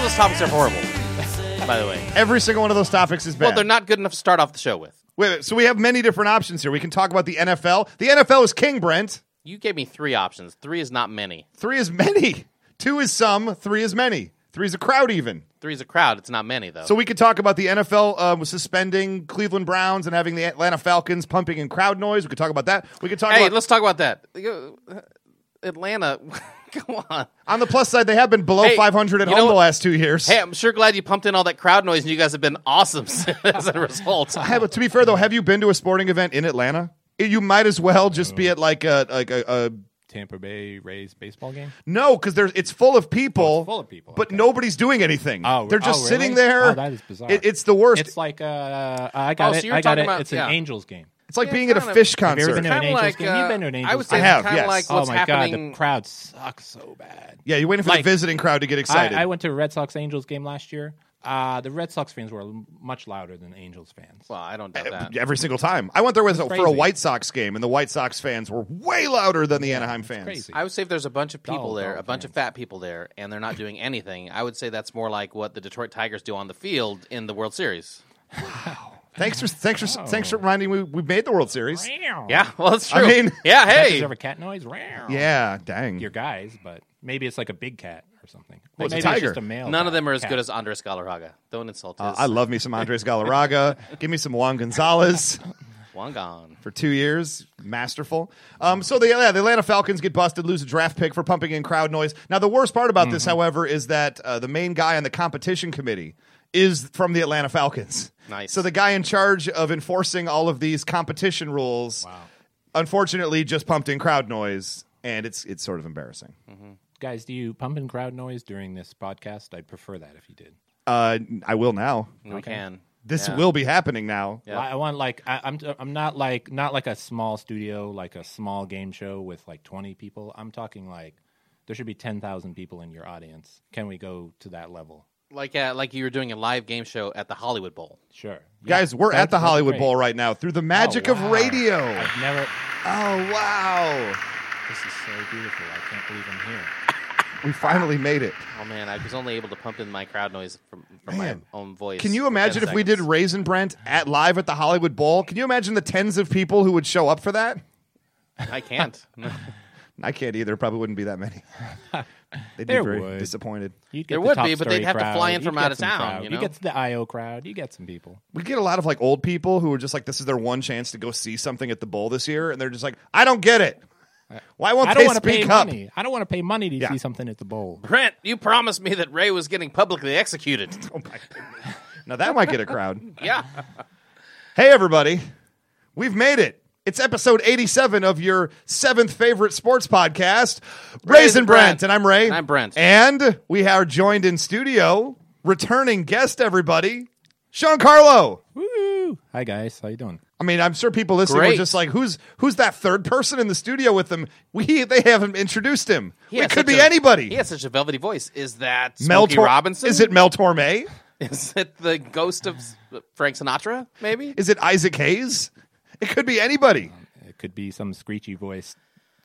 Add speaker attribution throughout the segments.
Speaker 1: those topics are horrible. By the way,
Speaker 2: Every single one of those topics is bad.
Speaker 1: well, they're not good enough to start off the show with.
Speaker 2: Wait, wait, so we have many different options here. We can talk about the NFL. The NFL is king, Brent.
Speaker 1: You gave me three options. Three is not many.
Speaker 2: Three is many. Two is some. Three is many. Three is a crowd, even.
Speaker 1: Three is a crowd. It's not many though.
Speaker 2: So we could talk about the NFL um, suspending Cleveland Browns and having the Atlanta Falcons pumping in crowd noise. We could talk about that. We could talk
Speaker 1: hey,
Speaker 2: about
Speaker 1: let's talk about that. You- uh, Atlanta, come on.
Speaker 2: on the plus side they have been below
Speaker 1: Hey,
Speaker 2: 500 at
Speaker 1: you
Speaker 2: home
Speaker 1: know
Speaker 2: the
Speaker 1: what?
Speaker 2: last two years.
Speaker 1: Hey, I'm sure glad you pumped in all that crowd noise, and you guys have been awesome as a result.
Speaker 2: Hey, but to be fair though, have you been to a sporting event in Atlanta? You might as well just be at like a like a, a
Speaker 3: Tampa Bay Rays baseball game.
Speaker 2: No, because there's it's full of people.
Speaker 3: Oh, it's full of people,
Speaker 2: but
Speaker 3: okay.
Speaker 2: nobody's doing anything.
Speaker 3: Oh,
Speaker 2: they're
Speaker 3: oh,
Speaker 2: just
Speaker 3: really?
Speaker 2: sitting there.
Speaker 3: Oh, that is bizarre.
Speaker 2: It- it's the worst.
Speaker 3: It's
Speaker 2: It's,
Speaker 3: like uh, I got
Speaker 1: Oh, so
Speaker 3: it.
Speaker 1: you're
Speaker 3: I got
Speaker 1: talking
Speaker 3: it.
Speaker 1: about-
Speaker 3: it's an
Speaker 1: yeah.
Speaker 3: Angels game.
Speaker 2: like
Speaker 1: yeah,
Speaker 2: being at a
Speaker 1: kind of.
Speaker 2: fish
Speaker 3: Have you ever
Speaker 2: concert.
Speaker 3: been to an
Speaker 1: Kinda
Speaker 3: Angels
Speaker 1: like,
Speaker 3: game?
Speaker 1: uh,
Speaker 3: You've been to an Angels
Speaker 1: I would say
Speaker 3: game.
Speaker 2: I have,
Speaker 1: kind
Speaker 2: yes.
Speaker 1: of like
Speaker 3: oh
Speaker 1: what's
Speaker 3: my
Speaker 1: happening.
Speaker 3: god, the crowd sucks so bad.
Speaker 2: yeah, you're waiting for
Speaker 3: Like-
Speaker 2: the visiting crowd to get excited.
Speaker 3: I, I went to a Red Sox Angels game last year. Uh, the Red Sox fans were much louder than Angels fans.
Speaker 1: Well, I don't doubt that.
Speaker 2: Every single time. I went there with, for a
Speaker 3: crazy.
Speaker 2: White Sox game, and the White Sox fans were way louder than the Anaheim fans.
Speaker 3: crazy.
Speaker 1: I would say if there's a bunch of people
Speaker 3: Dull,
Speaker 1: there,
Speaker 3: dull
Speaker 1: a bunch of fat people there, and they're not doing anything, I would say that's more like what the Detroit Tigers do on the field in the World Series.
Speaker 2: Thanks for thanks for
Speaker 3: Oh.
Speaker 2: thanks for reminding me we made the World Series.
Speaker 1: Yeah, well, that's
Speaker 2: I
Speaker 1: true.
Speaker 2: mean-
Speaker 1: yeah,
Speaker 3: Cat
Speaker 1: hey,
Speaker 3: deserve a cat noise.
Speaker 2: Yeah, dang.
Speaker 3: your guys, but maybe it's like a big cat or something.
Speaker 2: Well, it's a
Speaker 3: maybe
Speaker 2: tiger.
Speaker 3: just a male.
Speaker 1: none of
Speaker 3: cat-
Speaker 1: them are as good
Speaker 3: cat.
Speaker 1: as Andres Galarraga. Don't insult his
Speaker 2: Uh, I love me some Andres Galarraga. Give me some Juan Gonzalez.
Speaker 1: Wangan.
Speaker 2: for two years. Masterful. Um, so the, yeah, the Atlanta Falcons get busted, lose a draft pick for pumping in crowd noise. Now, the worst part about
Speaker 1: Mm-hmm.
Speaker 2: this, however, is that uh, the main guy on the competition committee is from the Atlanta Falcons.
Speaker 1: Nice.
Speaker 2: So the guy in charge of enforcing all of these competition rules, unfortunately, just pumped in crowd noise, and it's it's sort of embarrassing.
Speaker 3: guys. Do you pump in crowd noise during this podcast? I'd prefer that if you did.
Speaker 2: Uh, I will now.
Speaker 1: We can.
Speaker 2: This
Speaker 1: Yeah.
Speaker 2: will be happening now.
Speaker 1: Yeah.
Speaker 3: I I want like I, I'm I'm not like not like a small studio like a small game show with like 20 people. I'm talking like there should be 10,000 people in your audience. Can we go to that level?
Speaker 1: like uh, like you were doing a live game show at the Hollywood Bowl.
Speaker 3: Sure, Yeah,
Speaker 2: Guys, we're
Speaker 3: that'd-
Speaker 2: at the
Speaker 3: that'd be
Speaker 2: Hollywood
Speaker 3: great. Oh,
Speaker 2: Bowl right now through the magic
Speaker 1: Oh,
Speaker 3: wow.
Speaker 2: of radio.
Speaker 3: I've never.
Speaker 2: Oh, wow.
Speaker 3: This is so beautiful. I can't believe I'm here.
Speaker 2: We finally made it.
Speaker 1: Oh man, I was only able to pump in my crowd noise from, from my
Speaker 2: Man.
Speaker 1: own voice.
Speaker 2: Can you
Speaker 1: for 10
Speaker 2: imagine if we did
Speaker 1: seconds.
Speaker 2: Raisin Brent at live at the Hollywood Bowl? Can you imagine the tens of people who would show up for that?
Speaker 1: I can't.
Speaker 2: I can't either. Probably wouldn't be that many. They'd
Speaker 3: There
Speaker 2: be very
Speaker 3: would.
Speaker 2: disappointed.
Speaker 3: You'd
Speaker 1: There
Speaker 3: the
Speaker 1: would
Speaker 3: Top
Speaker 1: be, but
Speaker 3: Story
Speaker 1: they'd have to
Speaker 3: crowd.
Speaker 1: fly in from
Speaker 3: You'd get
Speaker 1: out of
Speaker 3: some
Speaker 1: town,
Speaker 3: crowd.
Speaker 1: you know?
Speaker 3: get the IO crowd. You get some people.
Speaker 2: We get a lot of like old people who are just like, this is their one chance to go see something at the bowl this year, and they're just like, I don't get it. Why won't
Speaker 3: I
Speaker 2: they
Speaker 3: don't want to pay
Speaker 2: speak up?
Speaker 3: money. I don't want to pay money to
Speaker 2: Yeah.
Speaker 3: see something at the bowl.
Speaker 1: Brent, you promised me that Ray was getting publicly executed.
Speaker 2: Now that might get a crowd.
Speaker 1: yeah.
Speaker 2: hey everybody, we've made it. It's episode 87 of your seventh favorite sports podcast, Raisin
Speaker 1: Raisin
Speaker 2: Brent.
Speaker 1: Brent.
Speaker 2: And I'm Ray.
Speaker 1: And I'm Brent.
Speaker 2: And we are joined in studio, returning guest, everybody, Sean Carlo.
Speaker 3: Woo! Hi guys, how you doing?
Speaker 2: I mean, I'm sure people listening were
Speaker 1: Great.
Speaker 2: just like, "Who's who's that third person in the studio with them?" We they haven't introduced him.
Speaker 1: He
Speaker 2: it
Speaker 1: has
Speaker 2: could
Speaker 1: such
Speaker 2: be
Speaker 1: a-
Speaker 2: anybody.
Speaker 1: He has such a velvety voice. Is that
Speaker 2: Mel
Speaker 1: Smokey
Speaker 2: Tor-
Speaker 1: Robinson?
Speaker 2: Is it Mel Torme?
Speaker 1: Is it the ghost of S- Frank Sinatra? Maybe.
Speaker 2: Is it Isaac Hayes? It could be anybody.
Speaker 3: It could be some screechy voiced,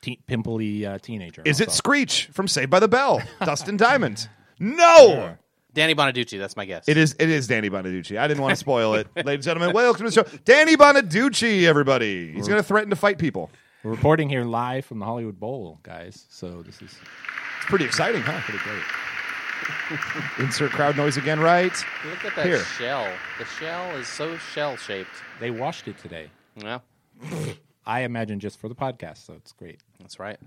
Speaker 3: te- pimply uh, teenager.
Speaker 2: Is it
Speaker 3: also.
Speaker 2: Screech from Saved by the Bell? Dustin Diamond? No.
Speaker 1: Danny Bonaducci. That's my guess.
Speaker 2: It is it is Danny Bonaducci. I didn't want to spoil it. Ladies and gentlemen, welcome to the show. Danny Bonaducci, everybody. He's gonna threaten to fight people.
Speaker 3: We're reporting here live from the Hollywood Bowl, guys. So this is
Speaker 2: It's pretty exciting, huh?
Speaker 3: pretty great.
Speaker 2: Insert crowd noise again, right?
Speaker 1: Look at that
Speaker 2: Here.
Speaker 1: shell. The shell is so shell shaped.
Speaker 3: They washed it today.
Speaker 1: Yeah,
Speaker 3: I imagine just for the podcast, so it's great.
Speaker 1: that's right.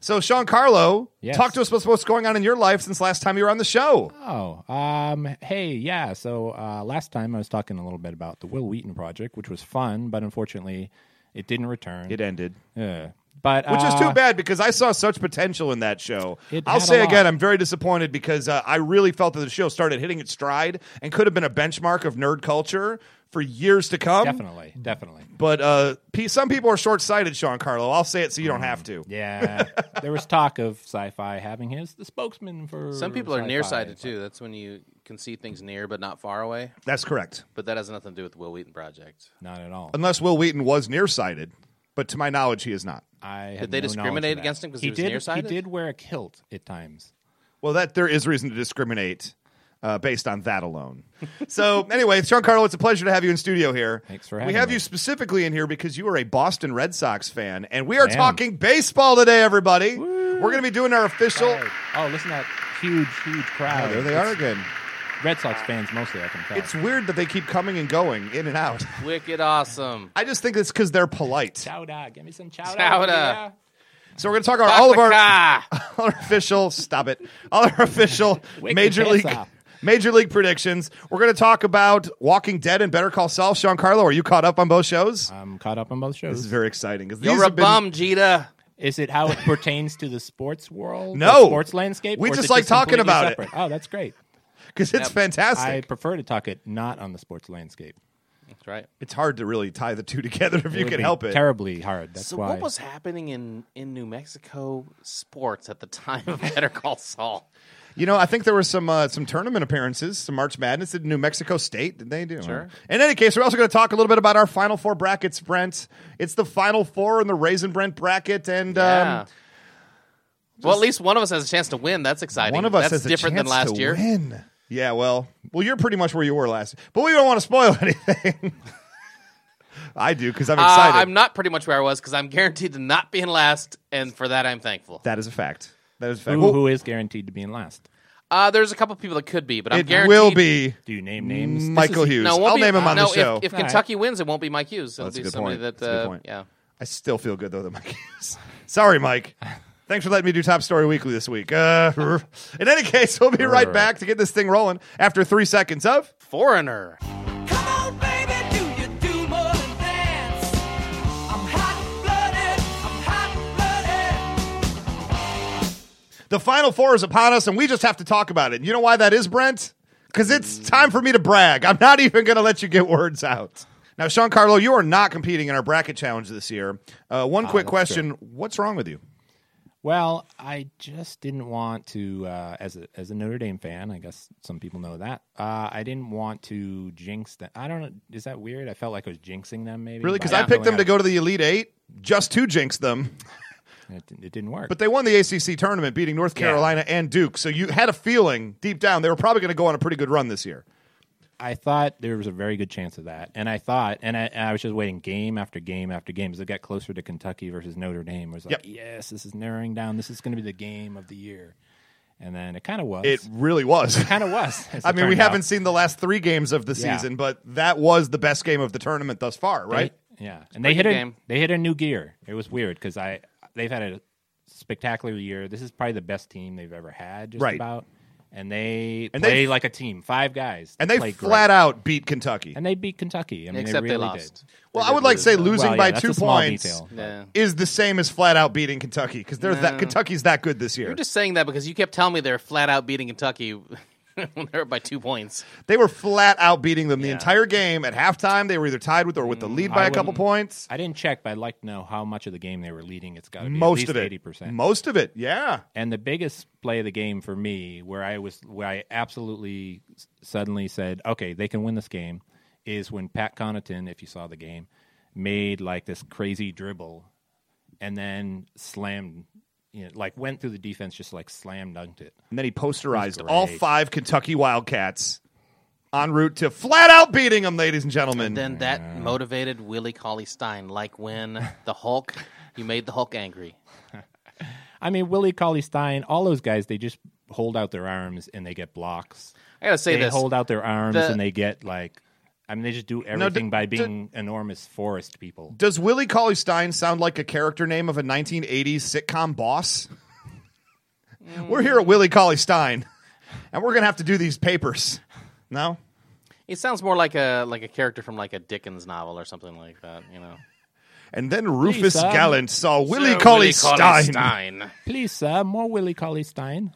Speaker 2: So Sean Carlo,
Speaker 3: Yes.
Speaker 2: talk to us about what's going on in your life since last time you were on the show.
Speaker 3: Oh, um, hey, yeah. So uh, last time I was talking a little bit about the Will Wheaton project, which was fun, but unfortunately, it didn't return.
Speaker 2: It ended.
Speaker 3: Yeah. But
Speaker 2: Which is
Speaker 3: uh,
Speaker 2: too bad because I saw such potential in that show.
Speaker 3: It
Speaker 2: I'll
Speaker 3: had a
Speaker 2: say
Speaker 3: lot.
Speaker 2: again, I'm very disappointed because uh, I really felt that the show started hitting its stride and could have been a benchmark of nerd culture for years to come.
Speaker 3: Definitely, definitely.
Speaker 2: But uh, pe- some people are short sighted, Sean Carlo. I'll say it so you don't have to.
Speaker 3: Mm. Yeah, there was talk of sci-fi having his the spokesman for.
Speaker 1: Some people are
Speaker 3: sci-fi.
Speaker 1: nearsighted too. That's when you can see things near but not far away.
Speaker 2: That's correct.
Speaker 1: But that has nothing to do with the Will Wheaton project.
Speaker 3: Not at all.
Speaker 2: Unless Will Wheaton was nearsighted, but to my knowledge, he is not.
Speaker 3: I
Speaker 1: Did
Speaker 3: have
Speaker 1: they
Speaker 3: no knowledge
Speaker 1: discriminate
Speaker 3: of that.
Speaker 1: against him 'cause he was
Speaker 3: did,
Speaker 1: nearsighted?
Speaker 3: He did wear a kilt at times.
Speaker 2: Well, that there is reason to discriminate uh, based on that alone. so anyway, Sean Carlo, it's a pleasure to have you in studio here.
Speaker 3: Thanks for
Speaker 2: We
Speaker 3: having
Speaker 2: have
Speaker 3: me.
Speaker 2: you specifically in here because you are a Boston Red Sox fan, and we are
Speaker 3: am.
Speaker 2: talking baseball today, everybody. We're going to be doing our official.
Speaker 3: Hey. Oh, listen to that huge, huge crowd.
Speaker 2: Oh, there they
Speaker 3: It's
Speaker 2: are again.
Speaker 3: Red Sox fans mostly, I can tell.
Speaker 2: It's weird that they keep coming and going in and out.
Speaker 1: Wicked awesome.
Speaker 2: I just think it's because they're polite.
Speaker 3: chowder. Give me some chowder.
Speaker 1: Chowder.
Speaker 3: yeah.
Speaker 2: So we're going to talk about all of our.
Speaker 1: Paprika.
Speaker 2: all our official stop it all our official
Speaker 3: Wake
Speaker 2: major
Speaker 3: your pants
Speaker 2: league
Speaker 3: up.
Speaker 2: major league predictions we're going to talk about walking dead and better call saul sean carlo are you caught up on both shows
Speaker 3: I'm caught up on both
Speaker 2: this is
Speaker 3: shows.
Speaker 2: very exciting because
Speaker 1: You're a bum, Jeeta.
Speaker 3: Is it how it pertains to the sports world?
Speaker 2: No.
Speaker 3: the sports landscape.
Speaker 2: We
Speaker 3: or is
Speaker 2: just
Speaker 3: it
Speaker 2: like talking
Speaker 3: completely
Speaker 2: about it.
Speaker 3: separate? Oh, that's great.
Speaker 2: because it's
Speaker 1: Yep.
Speaker 2: fantastic
Speaker 3: I prefer to talk it not on the sports landscape.
Speaker 1: That's right.
Speaker 2: it's hard to really tie the two together if you
Speaker 3: would
Speaker 2: can
Speaker 3: be
Speaker 2: help it
Speaker 3: Terribly hard. That's
Speaker 1: So
Speaker 3: why.
Speaker 1: what was happening in in New Mexico sports at the time of Better Call Saul?
Speaker 2: you know i think there were some uh, some tournament appearances some march madness in new mexico state did they do
Speaker 1: Sure.
Speaker 2: in any case we're also going to talk a little bit about our final four brackets brent it's the final four in the raisin brent bracket and um,
Speaker 1: yeah. well, at least one of us has a chance to win. That's exciting.
Speaker 2: One of us
Speaker 1: That's
Speaker 2: has a
Speaker 1: different
Speaker 2: chance
Speaker 1: than last
Speaker 2: to
Speaker 1: year.
Speaker 2: win. Yeah, well, well, you're pretty much where you were last, but we don't want to spoil anything. I do because I'm
Speaker 1: Uh,
Speaker 2: excited.
Speaker 1: I'm not pretty much where I was because I'm guaranteed to not be in last, and for that I'm thankful.
Speaker 2: That is a fact. That is a fact.
Speaker 3: who,
Speaker 2: Well,
Speaker 3: who is guaranteed to be in last?
Speaker 1: Uh, there's a couple people that could be, but I'm
Speaker 2: it
Speaker 1: guaranteed
Speaker 2: will be
Speaker 3: Do you name names?
Speaker 2: Michael Hughes.
Speaker 1: No, it won't
Speaker 2: I'll
Speaker 1: be-
Speaker 2: name him on
Speaker 1: no,
Speaker 2: the show.
Speaker 1: If, if
Speaker 3: All right.
Speaker 1: Kentucky wins, it won't be Mike Hughes. It'll
Speaker 2: That's a
Speaker 1: be
Speaker 2: good
Speaker 1: somebody that.
Speaker 2: point. That's a good
Speaker 1: uh,
Speaker 2: point.
Speaker 1: Yeah.
Speaker 2: I still feel good though that Mike is. Sorry, Mike. Thanks for letting me do Top Story Weekly this week. Uh, in any case, we'll be right back to get this thing rolling after three seconds of.
Speaker 1: Foreigner.
Speaker 4: Come on, baby, do you do more than dance? I'm hot blooded, I'm hot blooded.
Speaker 2: The Final Four is upon us, and we just have to talk about it. And you know why that is, Brent? Because it's time for me to brag. I'm not even going to let you get words out. Now, Sean Carlo, you are not competing in our bracket challenge this year. Uh,
Speaker 3: Ah,
Speaker 2: one quick question: What's wrong with you?
Speaker 3: Well, I just didn't want to, uh, as a as a Notre Dame fan, I guess some people know that. Uh, I didn't want to jinx them. I don't know. Is that weird? I felt like I was jinxing them, maybe.
Speaker 2: Really? Because
Speaker 3: by
Speaker 2: I picked them
Speaker 3: going
Speaker 2: to go
Speaker 3: out-
Speaker 2: to the Elite Eight just to jinx them,
Speaker 3: and It, didn't- it didn't work.
Speaker 2: but they won the ACC tournament, beating North Carolina and Duke. So you had a feeling deep down they were probably going to go on a pretty good run this year.
Speaker 3: I thought there was a very good chance of that, and I thought, and I, and I was just waiting game after game after game as it got closer to Kentucky versus Notre Dame. I was like,
Speaker 2: Yep.
Speaker 3: yes, this is narrowing down. This is going to be the game of the year, and then it kind of was.
Speaker 2: It really was.
Speaker 3: kind of was. as
Speaker 2: I
Speaker 3: it
Speaker 2: mean, we
Speaker 3: turned out.
Speaker 2: haven't seen the last three games of the
Speaker 3: Yeah.
Speaker 2: season, but that was the best game of the tournament thus far,
Speaker 3: They-
Speaker 2: right?
Speaker 3: yeah, and they hit
Speaker 1: good
Speaker 3: a
Speaker 1: game.
Speaker 3: they hit a new gear. It was weird because I they've had a spectacular year. This is probably the best team they've ever had, just
Speaker 2: Right.
Speaker 3: about. And they
Speaker 2: And
Speaker 3: play
Speaker 2: they-
Speaker 3: like a team, five guys,
Speaker 2: and they
Speaker 3: played
Speaker 2: flat
Speaker 3: great.
Speaker 2: out beat Kentucky.
Speaker 3: and they beat Kentucky. I mean,
Speaker 1: Except
Speaker 3: they
Speaker 1: they
Speaker 3: really
Speaker 1: lost.
Speaker 3: did.
Speaker 2: well, I would like to say
Speaker 1: Well,
Speaker 2: losing
Speaker 3: yeah,
Speaker 2: by
Speaker 3: that's
Speaker 2: two
Speaker 3: a small
Speaker 2: points
Speaker 3: detail.
Speaker 1: Yeah.
Speaker 2: is the same as flat out beating Kentucky because they're that
Speaker 1: No.
Speaker 2: Kentucky's that good this year.
Speaker 1: You're just saying that because you kept telling me they're flat out beating Kentucky when they were by two points.
Speaker 2: they were flat out beating them the
Speaker 1: Yeah. Mm,
Speaker 2: entire game. At halftime, they were either tied with or with the lead by
Speaker 3: I
Speaker 2: a couple
Speaker 3: wouldn't-
Speaker 2: points.
Speaker 3: I didn't check, but I'd like to know how much of the game they were leading. It's got to be
Speaker 2: Most
Speaker 3: at least
Speaker 2: of it,
Speaker 3: eighty percent.
Speaker 2: most of it, yeah.
Speaker 3: and the biggest play of the game for me, where I was, where I absolutely s- suddenly said, "Okay, they can win this game," is when Pat Connaughton, if you saw the game, made like this crazy dribble, and then slammed, you know, like went through the defense, just like slam dunked it.
Speaker 2: And then he posterized
Speaker 3: He's
Speaker 2: all
Speaker 3: great.
Speaker 2: five Kentucky Wildcats en route to flat out beating them, ladies and gentlemen.
Speaker 1: Then that motivated Willie Cauley Stein, like when the Hulk, you made the Hulk angry.
Speaker 3: I mean, Willie Cauley Stein, all those guys, they just hold out their arms and they get blocks.
Speaker 1: I gotta say
Speaker 3: they
Speaker 1: this.
Speaker 3: hold out their arms
Speaker 1: The-
Speaker 3: and they get like, I mean, they just do everything by
Speaker 2: d-
Speaker 3: being enormous forest people.
Speaker 2: Does Willie Cauley Stein sound like a character name of a 1980s sitcom boss? We're here at Willie Cauley Stein, and we're gonna have to do these papers. No,
Speaker 1: It sounds more like a like a character from like a Dickens novel or something like that. You know,
Speaker 2: and then Rufus
Speaker 3: Lisa.
Speaker 2: Gallant saw Willie
Speaker 1: Sir Cauley
Speaker 2: Cauley Stein.
Speaker 1: Stein.
Speaker 3: Please, sir, more Willie Cauley Stein.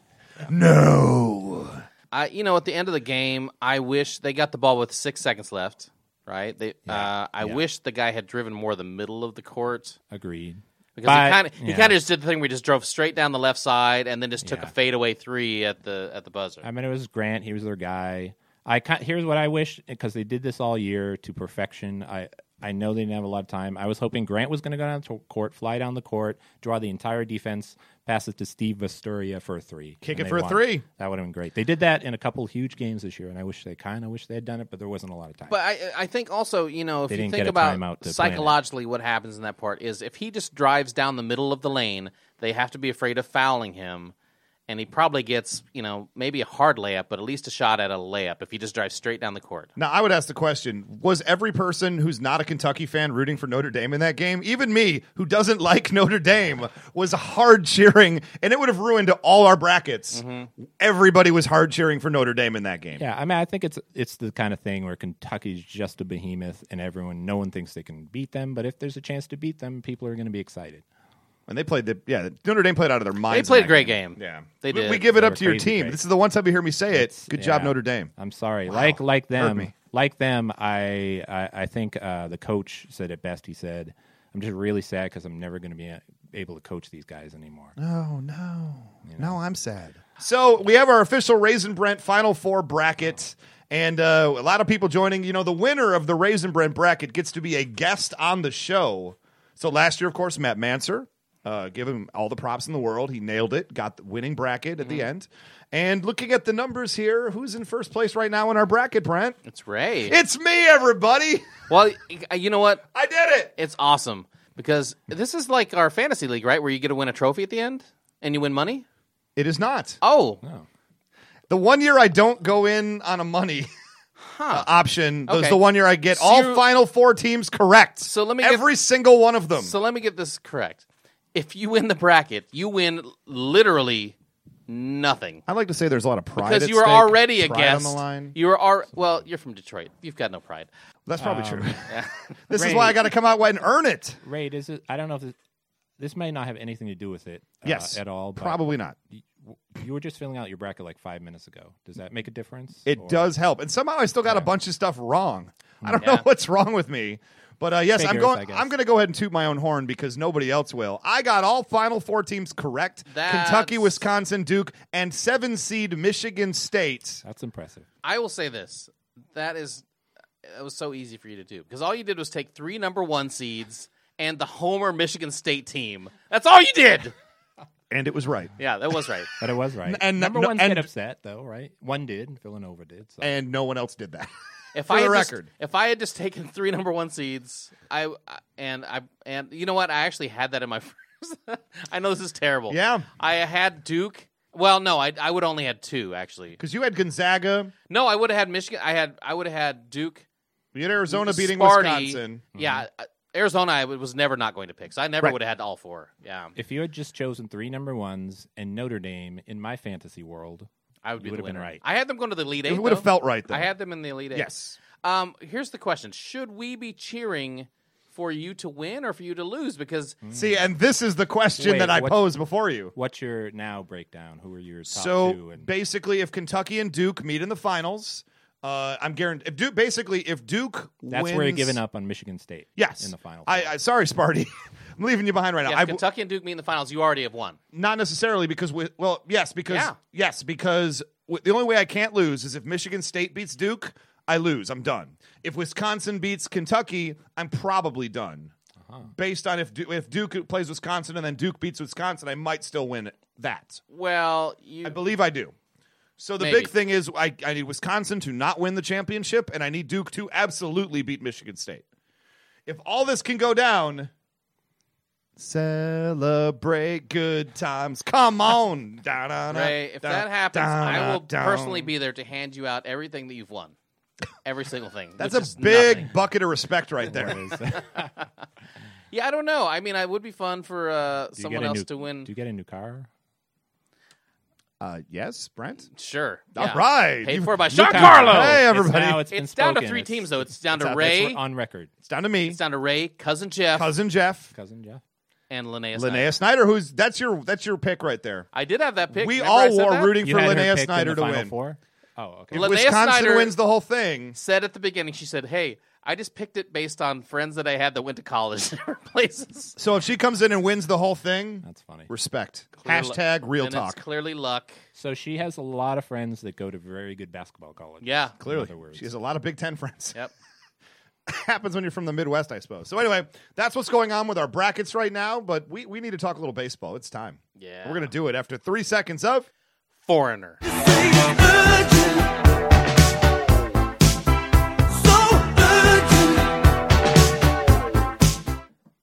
Speaker 2: No,
Speaker 1: I, you know, at the end of the game, I wish they got the ball with six seconds left. Right? They, uh, I
Speaker 3: yeah.
Speaker 1: wish the guy had driven more the middle of the court.
Speaker 3: Agreed.
Speaker 1: Because
Speaker 3: But-
Speaker 1: he kind of he
Speaker 3: yeah.
Speaker 1: kind of just did the thing where he just drove straight down the left side and then just took
Speaker 3: Yeah.
Speaker 1: a fadeaway three at the at the buzzer.
Speaker 3: I mean, it was Grant. He was their guy. I ki- here's what I wish because they did this all year to perfection. I I know they didn't have a lot of time. I was hoping Grant was going to go down to court, fly down the court, draw the entire defense, pass it to Steve Vesturia for a three,
Speaker 2: Kick
Speaker 3: and
Speaker 2: it
Speaker 3: they
Speaker 2: for a
Speaker 3: won.
Speaker 2: three.
Speaker 3: That would have been great. They did that in a couple huge games this year, and I wish they kind of wish they had done it, but there wasn't a lot of time.
Speaker 1: But I, I think also, you know, if
Speaker 3: They
Speaker 1: you
Speaker 3: didn't
Speaker 1: think
Speaker 3: get a
Speaker 1: about
Speaker 3: timeout to plan it.
Speaker 1: psychologically what happens in that part is if he just drives down the middle of the lane, they have to be afraid of fouling him. And he probably gets, you know, maybe a hard layup, but at least a shot at a layup if he just drives straight down the court.
Speaker 2: Now, I would ask the question Was every person who's not a Kentucky fan rooting for Notre Dame in that game, even me, who doesn't like Notre Dame, was hard cheering, and it would have ruined all our brackets. Everybody was hard cheering for Notre Dame in that game.
Speaker 3: yeah, I mean, I think it's it's the kind of thing where Kentucky's just a behemoth, and everyone, no one thinks they can beat them. But if there's a chance to beat them, people are going to be excited.
Speaker 2: And they played the, yeah, Notre Dame played out of their
Speaker 1: They
Speaker 2: minds. in
Speaker 1: played a
Speaker 2: that
Speaker 1: great game.
Speaker 2: Yeah.
Speaker 1: They
Speaker 2: We-
Speaker 1: did.
Speaker 2: We, give it
Speaker 3: They
Speaker 2: up
Speaker 3: were
Speaker 2: to your
Speaker 3: crazy
Speaker 2: team.
Speaker 3: great.
Speaker 2: This is the one time you hear me say it. Good job,
Speaker 3: Yeah.
Speaker 2: Notre Dame.
Speaker 1: Uh,
Speaker 3: I'm sorry. Like like them,
Speaker 2: me.
Speaker 3: like them. I I, I think uh, the coach said it best. He said, "I'm just really sad because I'm never going to be a- able to coach these guys anymore."
Speaker 2: Oh no. No, I'm sad. So we have our official Raisin Brent Final Four bracket. And uh, a lot of people joining. You know, the winner of the Raisin Brent bracket gets to be a guest on the show. So last year, of course, Matt Manser. Uh, give him all the props in the world. He nailed it. Got the winning bracket at the
Speaker 1: Mm-hmm.
Speaker 2: end. And looking at the numbers here, who's in first place right now in our bracket, Brent?
Speaker 1: It's Ray.
Speaker 2: It's me, everybody.
Speaker 1: well, y- you know what?
Speaker 2: I did it.
Speaker 1: It's awesome because this is like our fantasy league, right? Where you get to win a trophy at the end and you win money.
Speaker 2: It is not.
Speaker 1: Oh,
Speaker 2: The one year I don't go in on a money uh, option was
Speaker 1: Okay.
Speaker 2: the one year I get
Speaker 1: So
Speaker 2: all
Speaker 1: you-
Speaker 2: Final Four teams correct.
Speaker 1: So let me get-
Speaker 2: every single one of them.
Speaker 1: so let me get this correct. If you win the bracket, you win literally nothing.
Speaker 2: I like to say there's a lot of pride
Speaker 1: because
Speaker 2: at
Speaker 1: you were
Speaker 2: stake,
Speaker 1: already a
Speaker 2: pride
Speaker 1: guest.
Speaker 2: on the line.
Speaker 1: You were are well. You're from Detroit. You've got no pride.
Speaker 2: That's probably
Speaker 1: Um,
Speaker 2: true. this is why I got to come out and earn it.
Speaker 3: Ray, does it? I don't know if this, this may not have anything to do with it. uh,
Speaker 2: Yes,
Speaker 3: at all. but
Speaker 2: Probably not.
Speaker 3: y- w- You were just filling out your bracket like five minutes ago. Does that make a difference?
Speaker 2: It
Speaker 3: Or-
Speaker 2: does help, and somehow I still got a bunch of stuff wrong. I don't know
Speaker 1: Yeah.
Speaker 2: what's wrong with me. But uh, yes, I'm
Speaker 3: Figures, I
Speaker 2: going.
Speaker 3: guess.
Speaker 2: I'm going to go ahead and toot my own horn because nobody else will. I got all Final Four teams correct: Kentucky,
Speaker 1: That's-
Speaker 2: Wisconsin, Duke, and seven seed Michigan State.
Speaker 3: That's impressive.
Speaker 1: I will say this. That is, it was so easy for you to do because all you did was take three number one seeds and the Homer Michigan State team. That's all you did.
Speaker 2: And it was right.
Speaker 1: Yeah, that was right.
Speaker 3: But it was right.
Speaker 2: and-
Speaker 3: number
Speaker 2: no,
Speaker 3: one's
Speaker 2: and-
Speaker 3: get upset though, right? One did. Villanova did. So.
Speaker 2: And no one else did that.
Speaker 1: If
Speaker 2: For
Speaker 1: I
Speaker 2: the
Speaker 1: had just-
Speaker 2: record.
Speaker 1: if I had just taken three number one seeds, I I- and I and you know what? I actually had that in my first. I know this is terrible.
Speaker 2: Yeah.
Speaker 1: I had Duke. Well, no, I I would only had two actually.
Speaker 2: Because you had Gonzaga,
Speaker 1: No, I would have had Michigan. I had I would have had Duke.
Speaker 2: you had Arizona beating
Speaker 1: Sparty.
Speaker 2: Wisconsin. Mm-hmm.
Speaker 1: Yeah, uh, Arizona I w- was never not going to pick, so I never would have had all four. Yeah,
Speaker 3: if you had just chosen three number ones and Notre Dame in my fantasy world,
Speaker 1: I would
Speaker 3: you
Speaker 1: be the
Speaker 3: would have been
Speaker 1: winner.
Speaker 3: right.
Speaker 1: I had them going to the Elite Eight.
Speaker 2: It would have
Speaker 1: though.
Speaker 2: felt right, though.
Speaker 1: I had them in the Elite Eight.
Speaker 2: Yes.
Speaker 1: Um, here's the question: Should we be cheering for you to win or for you to lose? Because
Speaker 2: See, and this is the question
Speaker 3: Wait,
Speaker 2: that I
Speaker 3: what-
Speaker 2: posed before you.
Speaker 3: What's your now breakdown? Who are your top two?
Speaker 2: So
Speaker 3: And
Speaker 2: basically, if Kentucky and Duke meet in the finals, uh, I'm guaranteed. If Duke, basically, if Duke
Speaker 3: that's
Speaker 2: wins,
Speaker 3: where you're giving up on Michigan State.
Speaker 2: Yes,
Speaker 3: in the final.
Speaker 2: I, uh, I sorry, Sparty. I'm leaving you behind right now.
Speaker 1: yeah,
Speaker 2: I
Speaker 1: if
Speaker 2: w-
Speaker 1: Kentucky and Duke meet in the finals, you already have won.
Speaker 2: not necessarily because we, well, yes, because
Speaker 1: Yeah.
Speaker 2: yes, because w- the only way I can't lose is if Michigan State beats Duke, I lose. I'm done. If Wisconsin beats Kentucky, I'm probably done.
Speaker 3: Uh-huh.
Speaker 2: Based on if Du- if Duke plays Wisconsin and then Duke beats Wisconsin, I might still win that.
Speaker 1: Well, you
Speaker 2: I believe I do. So the
Speaker 1: Maybe.
Speaker 2: big thing is I, I need Wisconsin to not win the championship, and I need Duke to absolutely beat Michigan State. If all this can go down, celebrate good times. Come on. Da, da, da,
Speaker 1: Ray, if
Speaker 2: da,
Speaker 1: that happens,
Speaker 2: da,
Speaker 1: I will
Speaker 2: da, da.
Speaker 1: personally be there to hand you out everything that you've won, every single thing.
Speaker 2: That's
Speaker 1: which is
Speaker 2: a big
Speaker 1: nothing.
Speaker 2: bucket of respect right there.
Speaker 1: Yeah, I don't know. I mean, I would be fun for uh,
Speaker 3: Do you get
Speaker 1: someone
Speaker 3: a
Speaker 1: else
Speaker 3: new-
Speaker 1: to win.
Speaker 3: Do you get a new car?
Speaker 2: Uh, yes, Brent?
Speaker 1: Sure.
Speaker 2: All
Speaker 1: yeah.
Speaker 2: right.
Speaker 1: Paid
Speaker 2: You-
Speaker 1: for by Sean
Speaker 3: Luca.
Speaker 1: Carlo.
Speaker 2: Hey,
Speaker 3: It's
Speaker 2: everybody.
Speaker 3: now it's been
Speaker 1: It's down to
Speaker 3: spoken.
Speaker 1: three
Speaker 3: It's-
Speaker 1: teams, though. It's down to
Speaker 3: that's
Speaker 1: Ray.
Speaker 3: on record.
Speaker 2: It's down to me,
Speaker 1: It's down to Ray, cousin Jeff,
Speaker 2: cousin Jeff,
Speaker 3: Cousin Jeff.
Speaker 1: and Linnea. Snyder.
Speaker 2: Linnea Snyder, who's that's your that's your pick right there.
Speaker 1: I did have that pick.
Speaker 2: we
Speaker 1: Remember I
Speaker 2: all
Speaker 1: said
Speaker 2: were
Speaker 1: that?
Speaker 2: rooting for
Speaker 3: had her
Speaker 2: Linnea
Speaker 3: picked in
Speaker 2: Snyder
Speaker 3: the
Speaker 2: to
Speaker 3: Final
Speaker 2: win.
Speaker 3: Four? Oh, okay.
Speaker 1: Linnea
Speaker 2: Wisconsin
Speaker 1: Snyder-
Speaker 2: wins the whole thing.
Speaker 1: Said at the beginning, she said, "Hey, I just picked it based on friends that I had that went to college in different places."
Speaker 2: So if she comes in and wins the whole thing,
Speaker 3: That's funny.
Speaker 2: respect.
Speaker 1: Clear lu-
Speaker 2: Hashtag real
Speaker 1: and
Speaker 2: talk.
Speaker 1: It's clearly luck.
Speaker 3: So she has a lot of friends that go to very good basketball colleges.
Speaker 1: Yeah.
Speaker 3: in
Speaker 2: Clearly,
Speaker 3: other words.
Speaker 2: she has a lot of Big Ten friends.
Speaker 1: Yep.
Speaker 2: happens when you're from the Midwest, I suppose. So anyway, that's what's going on with our brackets right now. But we we need to talk a little baseball. It's time.
Speaker 1: Yeah.
Speaker 2: we're gonna do it after three seconds of.
Speaker 1: Foreigner.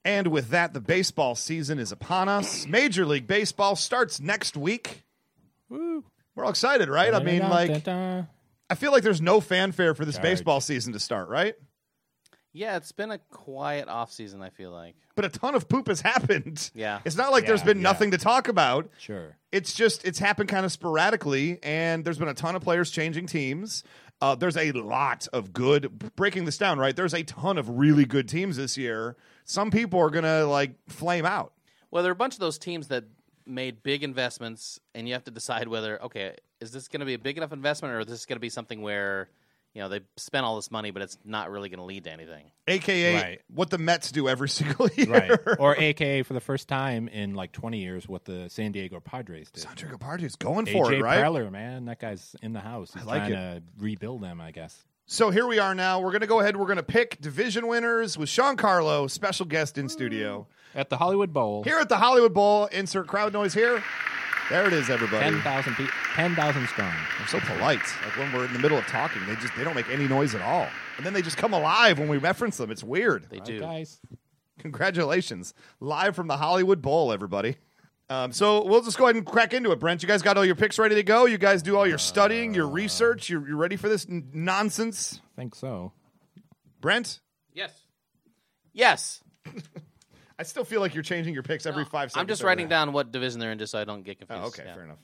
Speaker 2: And with that, the baseball season is upon us. Major League Baseball starts next week. Woo. We're all excited, right? I mean, like,
Speaker 3: Dun-dun-dun-dun.
Speaker 2: I feel like there's no fanfare for this baseball season to start, right?
Speaker 1: Yeah, it's been a quiet offseason, I feel like.
Speaker 2: But a ton of poop has happened.
Speaker 1: Yeah.
Speaker 2: It's not like there's
Speaker 3: Yeah,
Speaker 2: been
Speaker 3: yeah.
Speaker 2: nothing to talk about.
Speaker 3: sure.
Speaker 2: It's just, it's happened kind of sporadically, and there's been a ton of players changing teams. Uh, there's a lot of good, breaking this down, right? There's a ton of really good teams this year. Some people are going to, like, flame out.
Speaker 1: Well, there are a bunch of those teams that made big investments, and you have to decide whether, okay, is this going to be a big enough investment or is this going to be something where, you know, they spent all this money, but it's not really going to lead to anything?
Speaker 2: AKA
Speaker 3: Right.
Speaker 2: what the Mets do every single year.
Speaker 3: Right. or AKA for the first time in like 20 years what the San Diego Padres did.
Speaker 2: Andre Gabardio's going for
Speaker 3: AJ
Speaker 2: it, right?
Speaker 3: Preller, man, that guy's in the house. He's
Speaker 2: like
Speaker 3: trying to rebuild them, I guess.
Speaker 2: So here we are now. We're going to go ahead. We're going to pick division winners with Sean Carlo, special guest in studio.
Speaker 3: At the Hollywood Bowl,
Speaker 2: Here at the Hollywood Bowl, insert crowd noise here. There it is, everybody.
Speaker 3: 10,000 pe- 10,000 strong.
Speaker 2: They're so polite. Like when we're in the middle of talking, they just they don't make any noise at all. And then they just come alive when we reference them. It's weird.
Speaker 1: They
Speaker 3: Right,
Speaker 1: do.
Speaker 3: guys.
Speaker 2: Congratulations. Live from the Hollywood Bowl, everybody. Um, so we'll just go ahead and crack into it, Brent. You guys got all your picks ready to go? You guys do all your studying, your research? You're, you ready for this n- nonsense?
Speaker 3: I think so.
Speaker 2: Brent,
Speaker 1: Yes. Yes.
Speaker 2: I still feel like you're changing your picks every five seconds.
Speaker 1: I'm just
Speaker 2: every
Speaker 1: writing
Speaker 2: half.
Speaker 1: down what division they're in just so I don't get confused.
Speaker 2: Oh, okay,
Speaker 1: Yeah.
Speaker 2: fair enough.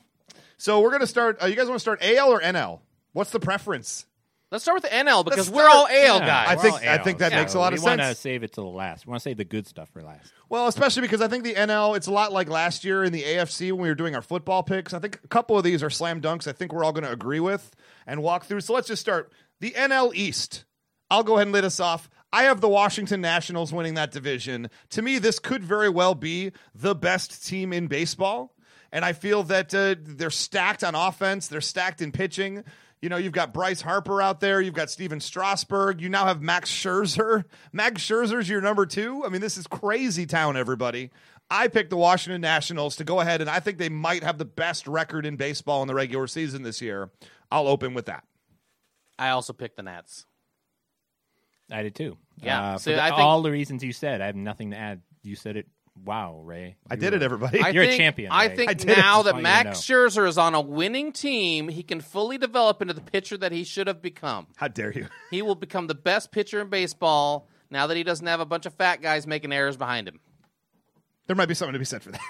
Speaker 2: So we're going to start. Uh, you guys want to start AL or NL? What's the preference?
Speaker 1: Let's start with the NL because we're
Speaker 2: start-
Speaker 1: all AL
Speaker 3: Yeah,
Speaker 1: guys.
Speaker 2: I
Speaker 3: we're
Speaker 2: think-
Speaker 3: all
Speaker 2: I think that
Speaker 3: ALs,
Speaker 2: makes a
Speaker 3: so
Speaker 2: lot
Speaker 3: we
Speaker 2: of
Speaker 3: want
Speaker 2: sense.
Speaker 3: to save it to the last. We want to save the good stuff for last.
Speaker 2: Well, especially because I think the NL, it's a lot like last year in the AFC when we were doing our football picks. I think a couple of these are slam dunks. I think we're all going to agree with and walk through. So let's just start the NL East. I'll go ahead and lead us off. I have the Washington Nationals winning that division. To me, this could very well be the best team in baseball. And I feel that uh, they're stacked on offense, they're stacked in pitching. You know, you've got Bryce Harper out there. You've got Steven Strasberg. You now have Max Scherzer. Max Scherzer's your number two. I mean, this is crazy town, everybody. I picked the Washington Nationals to go ahead, and I think they might have the best record in baseball in the regular season this year. I'll open with that.
Speaker 1: I also picked the Nats.
Speaker 3: I did too.
Speaker 1: Yeah,
Speaker 3: Uh,
Speaker 1: so
Speaker 3: for the-
Speaker 1: I think-
Speaker 3: all the reasons you said, I have nothing to add. You said it. Wow, Ray.
Speaker 2: I did it, everybody.
Speaker 1: I
Speaker 3: You're a
Speaker 1: think-
Speaker 3: champion,
Speaker 1: I
Speaker 3: Ray.
Speaker 1: think
Speaker 3: I
Speaker 2: did it.
Speaker 1: now
Speaker 2: Just
Speaker 1: that
Speaker 3: want you to
Speaker 1: Max Scherzer is on a winning team, he can fully develop into the pitcher that he should have become.
Speaker 2: How dare you?
Speaker 1: He will become the best pitcher in baseball now that he doesn't have a bunch of fat guys making errors behind him.
Speaker 2: There might be something to be said for that.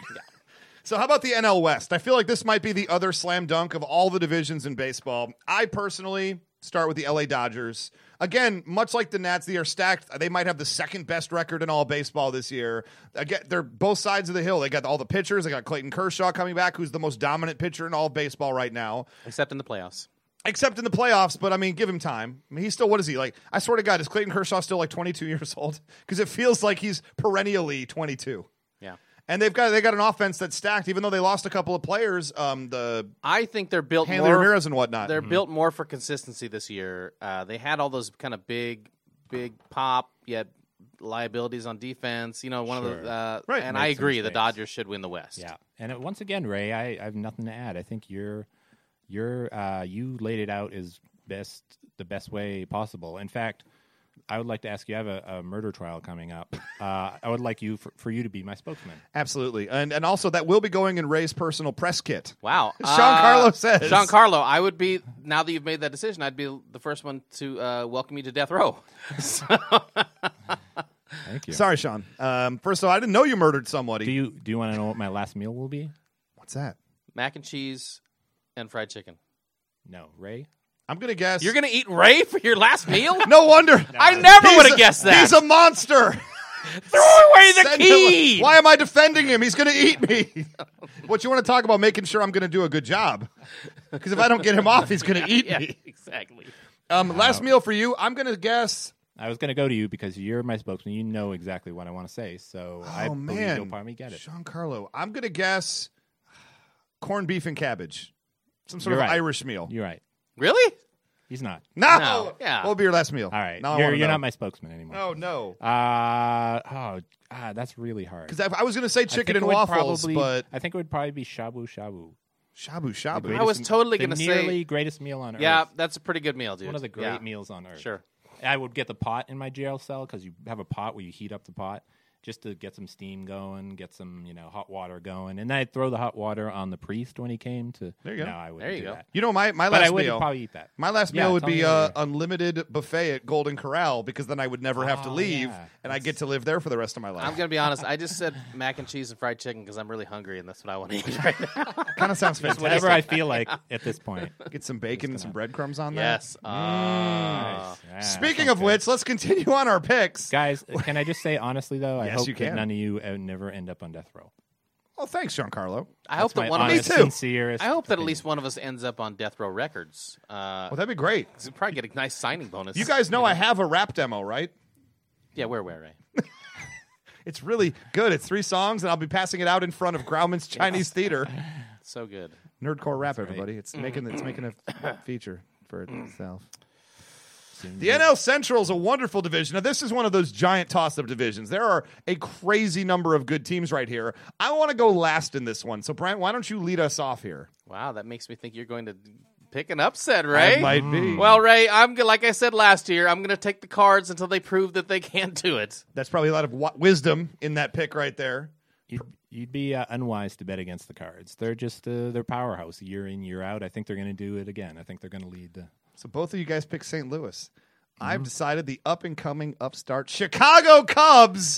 Speaker 2: So how about the NL West? I feel like this might be the other slam dunk of all the divisions in baseball. I personally start with the LA Dodgers. Again, much like the Nats, they are stacked. They might have the second best record in all baseball this year. Again, they're both sides of the hill. They got all the pitchers. They got Clayton Kershaw coming back, who's the most dominant pitcher in all of baseball right now
Speaker 1: Except in the playoffs.
Speaker 2: except in the playoffs. But I mean, give him time. I mean, he's still what is he like? I swear to God, is Clayton Kershaw still like 22 years old? Because it feels like he's perennially 22.
Speaker 1: Yeah.
Speaker 2: And they've got they got an offense that's stacked, even though they lost a couple of players. Um, the
Speaker 1: I think they're built
Speaker 2: Hanley
Speaker 1: more
Speaker 2: Ramirez and whatnot.
Speaker 3: Mm-hmm.
Speaker 1: they're built more for consistency this year. Uh, they had all those kind of big big pop yet liabilities on defense, you know, one of
Speaker 3: Sure.
Speaker 1: the uh,
Speaker 2: Right.
Speaker 1: and
Speaker 2: Made
Speaker 1: I
Speaker 3: some
Speaker 1: agree the
Speaker 3: mistakes.
Speaker 1: Dodgers should win the West.
Speaker 3: Yeah, and uh, once again, Ray, I, I have nothing to add. I think your your uh, you laid it out as best the best way possible. In fact, I would like to ask you. I have a, a murder trial coming up. Uh, I would like you for, for you to be my spokesman.
Speaker 2: Absolutely, and and also that will be going in Ray's personal press kit.
Speaker 1: Wow.
Speaker 2: Sean Carlo says.
Speaker 1: Sean Carlo, I would be, now that you've made that decision, I'd be the first one to uh, welcome you to death row. So-
Speaker 3: Thank you.
Speaker 2: Sorry, Sean. Um, first of all, I didn't know you murdered somebody.
Speaker 3: Do you do you want to know what my last meal will be?
Speaker 2: What's that?
Speaker 1: mac and cheese and fried chicken.
Speaker 3: No, Ray.
Speaker 2: I'm gonna guess.
Speaker 1: You're going to eat Ray for your last meal?
Speaker 2: No wonder.
Speaker 1: I never
Speaker 2: He's
Speaker 1: would have
Speaker 2: a-
Speaker 1: guessed that.
Speaker 2: He's a monster.
Speaker 1: Throw away the
Speaker 2: Send him-
Speaker 1: key.
Speaker 2: Why am I defending him? He's going to eat me. what you want to talk about? Making sure I'm going to do a good job. Because if I don't get him off, he's going to eat
Speaker 1: Yeah,
Speaker 2: me.
Speaker 1: exactly.
Speaker 2: Um, last meal for you. I'm going to guess.
Speaker 3: I was going to go to you because you're my spokesman. You know exactly what I want to say, so I
Speaker 2: oh
Speaker 3: believe
Speaker 2: man,
Speaker 3: you'll probably get it.
Speaker 2: Sean Carlo. I'm going to guess corned beef and cabbage. Some sort
Speaker 3: You're
Speaker 2: of
Speaker 3: right.
Speaker 2: Irish meal.
Speaker 3: You're right.
Speaker 1: Really?
Speaker 3: He's not.
Speaker 2: No.
Speaker 1: No. Yeah.
Speaker 2: What will be your last meal?
Speaker 3: All right.
Speaker 2: Now I
Speaker 3: you're
Speaker 2: wanna
Speaker 3: you're
Speaker 2: know.
Speaker 3: not my spokesman anymore.
Speaker 2: Oh no.
Speaker 3: Uh, oh, ah, that's really hard.
Speaker 2: Because I, I was going to say
Speaker 3: I think
Speaker 2: chicken
Speaker 3: it
Speaker 2: and
Speaker 3: would
Speaker 2: waffles,
Speaker 3: probably-
Speaker 2: but
Speaker 3: I think it would probably be shabu shabu.
Speaker 2: shabu shabu.
Speaker 1: I was totally
Speaker 3: the
Speaker 1: going to
Speaker 3: nearly
Speaker 1: say,
Speaker 3: greatest meal on earth.
Speaker 1: yeah, that's a pretty good meal, dude.
Speaker 3: one of the great
Speaker 1: Yeah.
Speaker 3: meals on earth.
Speaker 1: Sure.
Speaker 3: I would get the pot in my jail cell because you have a pot where you heat up the pot just to get some steam going, get some you know hot water going, and then I'd throw the hot water on the priest when he came to.
Speaker 2: There you go.
Speaker 3: No, I wouldn't
Speaker 1: There you
Speaker 3: do
Speaker 1: go.
Speaker 3: that.
Speaker 2: You know my my
Speaker 3: But
Speaker 2: last
Speaker 3: I would
Speaker 2: meal.
Speaker 3: probably eat that.
Speaker 2: My last
Speaker 3: Yeah,
Speaker 2: meal would
Speaker 3: tell me
Speaker 2: be
Speaker 3: what
Speaker 2: uh,
Speaker 3: it is.
Speaker 2: unlimited buffet at Golden Corral because then I would never have to
Speaker 3: Oh,
Speaker 2: leave,
Speaker 3: yeah.
Speaker 2: and I get to live there for the rest of my life.
Speaker 1: I'm going to be honest. I just said mac and cheese and fried chicken because I'm really hungry and that's what I want to eat right now.
Speaker 2: kind of sounds fantastic.
Speaker 3: whatever I feel like at this point.
Speaker 2: Get some bacon and some breadcrumbs on there.
Speaker 1: yes.
Speaker 3: Mm.
Speaker 1: Uh,
Speaker 3: Nice. Yeah,
Speaker 2: Speaking
Speaker 3: sounds
Speaker 2: of
Speaker 3: good.
Speaker 2: which, let's continue on our picks.
Speaker 3: guys, can I just say honestly though, I
Speaker 2: Yes,
Speaker 3: hope
Speaker 2: you
Speaker 3: that
Speaker 2: can.
Speaker 3: none of you uh, never end up on death row.
Speaker 2: Oh, thanks, Giancarlo.
Speaker 1: I hope that
Speaker 3: my
Speaker 1: one of us.
Speaker 3: honest,
Speaker 2: Me too.
Speaker 3: sincerest
Speaker 1: I hope that at
Speaker 3: opinion.
Speaker 1: least one of us ends up on death row records. Uh,
Speaker 2: Well, that'd be great.
Speaker 1: we'll probably get a nice signing bonus.
Speaker 2: You guys know I have a rap demo, right?
Speaker 1: yeah, where, where, right?
Speaker 2: It's really good. It's three songs, and I'll be passing it out in front of Grauman's Chinese Theater. Mm.
Speaker 1: So good.
Speaker 2: Nerdcore rap, everybody. It's making it's making a feature for itself.
Speaker 3: Soon
Speaker 2: The NL Central is a wonderful division. Now, this is one of those giant toss-up divisions. There are a crazy number of good teams right here. I want to go last in this one. So, Brian, why don't you lead us off here?
Speaker 1: Wow, that makes me think you're going to pick an upset, Ray. Mm.
Speaker 2: might be.
Speaker 1: Well, Ray, I'm g- like I said last year, I'm going to take the cards until they prove that they can't do it.
Speaker 2: That's probably a lot of wa- wisdom in that pick right there.
Speaker 3: You'd, you'd be uh, unwise to bet against the cards. They're just uh, their powerhouse year in year out. I think they're going to do it again. I think they're going to lead. The,
Speaker 2: So both of you guys picked St. Louis.
Speaker 3: Mm-hmm.
Speaker 2: I've decided the up and coming upstart Chicago Cubs.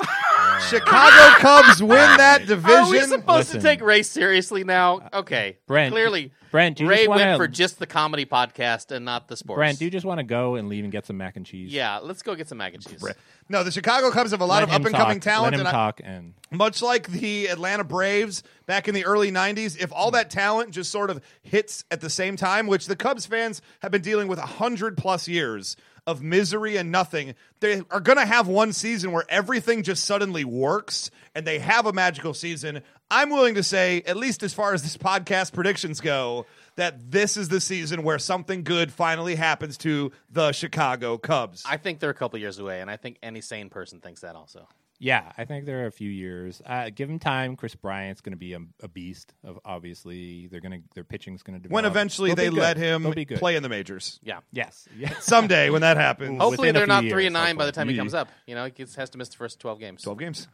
Speaker 2: Chicago Cubs win that
Speaker 1: Are we
Speaker 2: division.
Speaker 1: supposed
Speaker 3: Listen. Uh,
Speaker 1: to take Ray seriously now? Okay,
Speaker 3: Brent,
Speaker 1: Clearly,
Speaker 3: Brent, you
Speaker 1: Ray
Speaker 3: just
Speaker 1: went
Speaker 3: wanna-
Speaker 1: for just the comedy podcast and not the sports.
Speaker 3: Brent, do you just want to go and leave and get some mac and cheese?
Speaker 1: yeah, let's go get some mac and cheese.
Speaker 2: No, the Chicago Cubs have a lot
Speaker 3: Let
Speaker 2: of
Speaker 3: him
Speaker 2: up and coming
Speaker 3: talk.
Speaker 2: talent,
Speaker 3: Let him
Speaker 2: and I,
Speaker 3: talk and
Speaker 2: much like the Atlanta Braves back in the early '90s. If all that talent just sort of hits at the same time, which the Cubs fans have been dealing with hundred plus years of misery and nothing, they are going to have one season where everything just suddenly works, and they have a magical season. I'm willing to say, at least as far as this podcast predictions go, that this is the season where something good finally happens to the Chicago Cubs.
Speaker 1: I think they're a couple years away, and I think any sane person thinks that also.
Speaker 3: yeah, I think there are a few years. Uh, give him time. Chris Bryant's going to be a, a beast. Of obviously, they're going to their pitching's going to develop.
Speaker 2: when eventually
Speaker 3: They'll
Speaker 2: they
Speaker 3: be good.
Speaker 2: let him
Speaker 3: They'll be good.
Speaker 2: play in the majors.
Speaker 1: Yeah.
Speaker 3: Yes, yes.
Speaker 2: Someday when that happens.
Speaker 3: Oh,
Speaker 1: Hopefully,
Speaker 3: Within
Speaker 1: they're
Speaker 3: a few
Speaker 1: not
Speaker 3: years,
Speaker 1: three and nine by the
Speaker 3: hopefully.
Speaker 1: time he comes up. You know, he gets- has to miss the first twelve games.
Speaker 2: 12 games.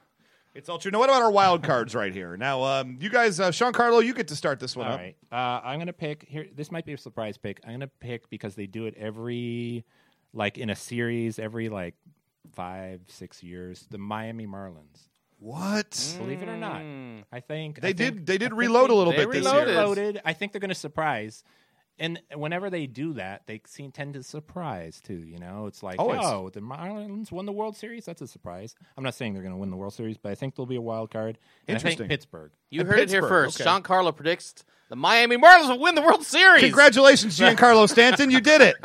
Speaker 2: It's ultra. Now, what about our wild cards right here? Now, um, you guys, uh, Sean Carlo, you get to start this one
Speaker 3: All
Speaker 2: up.
Speaker 3: right. Uh, I'm going to pick here. This might be a surprise pick. I'm going to pick because they do it every, like in a series, every like five, six years. The Miami Marlins.
Speaker 2: What?
Speaker 1: Mm.
Speaker 3: Believe it or not, I think
Speaker 2: They
Speaker 3: I
Speaker 2: did.
Speaker 3: think-
Speaker 2: They did
Speaker 3: I think
Speaker 2: reload a little
Speaker 1: they
Speaker 2: bit this
Speaker 1: reloaded.
Speaker 2: year.
Speaker 3: Reloaded. I think they're going to surprise. And whenever they do that, they seem tend to surprise too. You know, it's like,
Speaker 2: Always.
Speaker 3: oh, the Marlins won the World Series. That's a surprise. I'm not saying they're going to win the World Series, but I think they'll be a wild card. And I think
Speaker 2: Interesting.
Speaker 3: Pittsburgh.
Speaker 1: You
Speaker 2: And
Speaker 1: heard it here
Speaker 2: Pittsburgh,
Speaker 1: first.
Speaker 2: okay.
Speaker 1: Sean Carlo predicts the Miami Marlins will win the World Series.
Speaker 2: Congratulations, Giancarlo Stanton. You did it.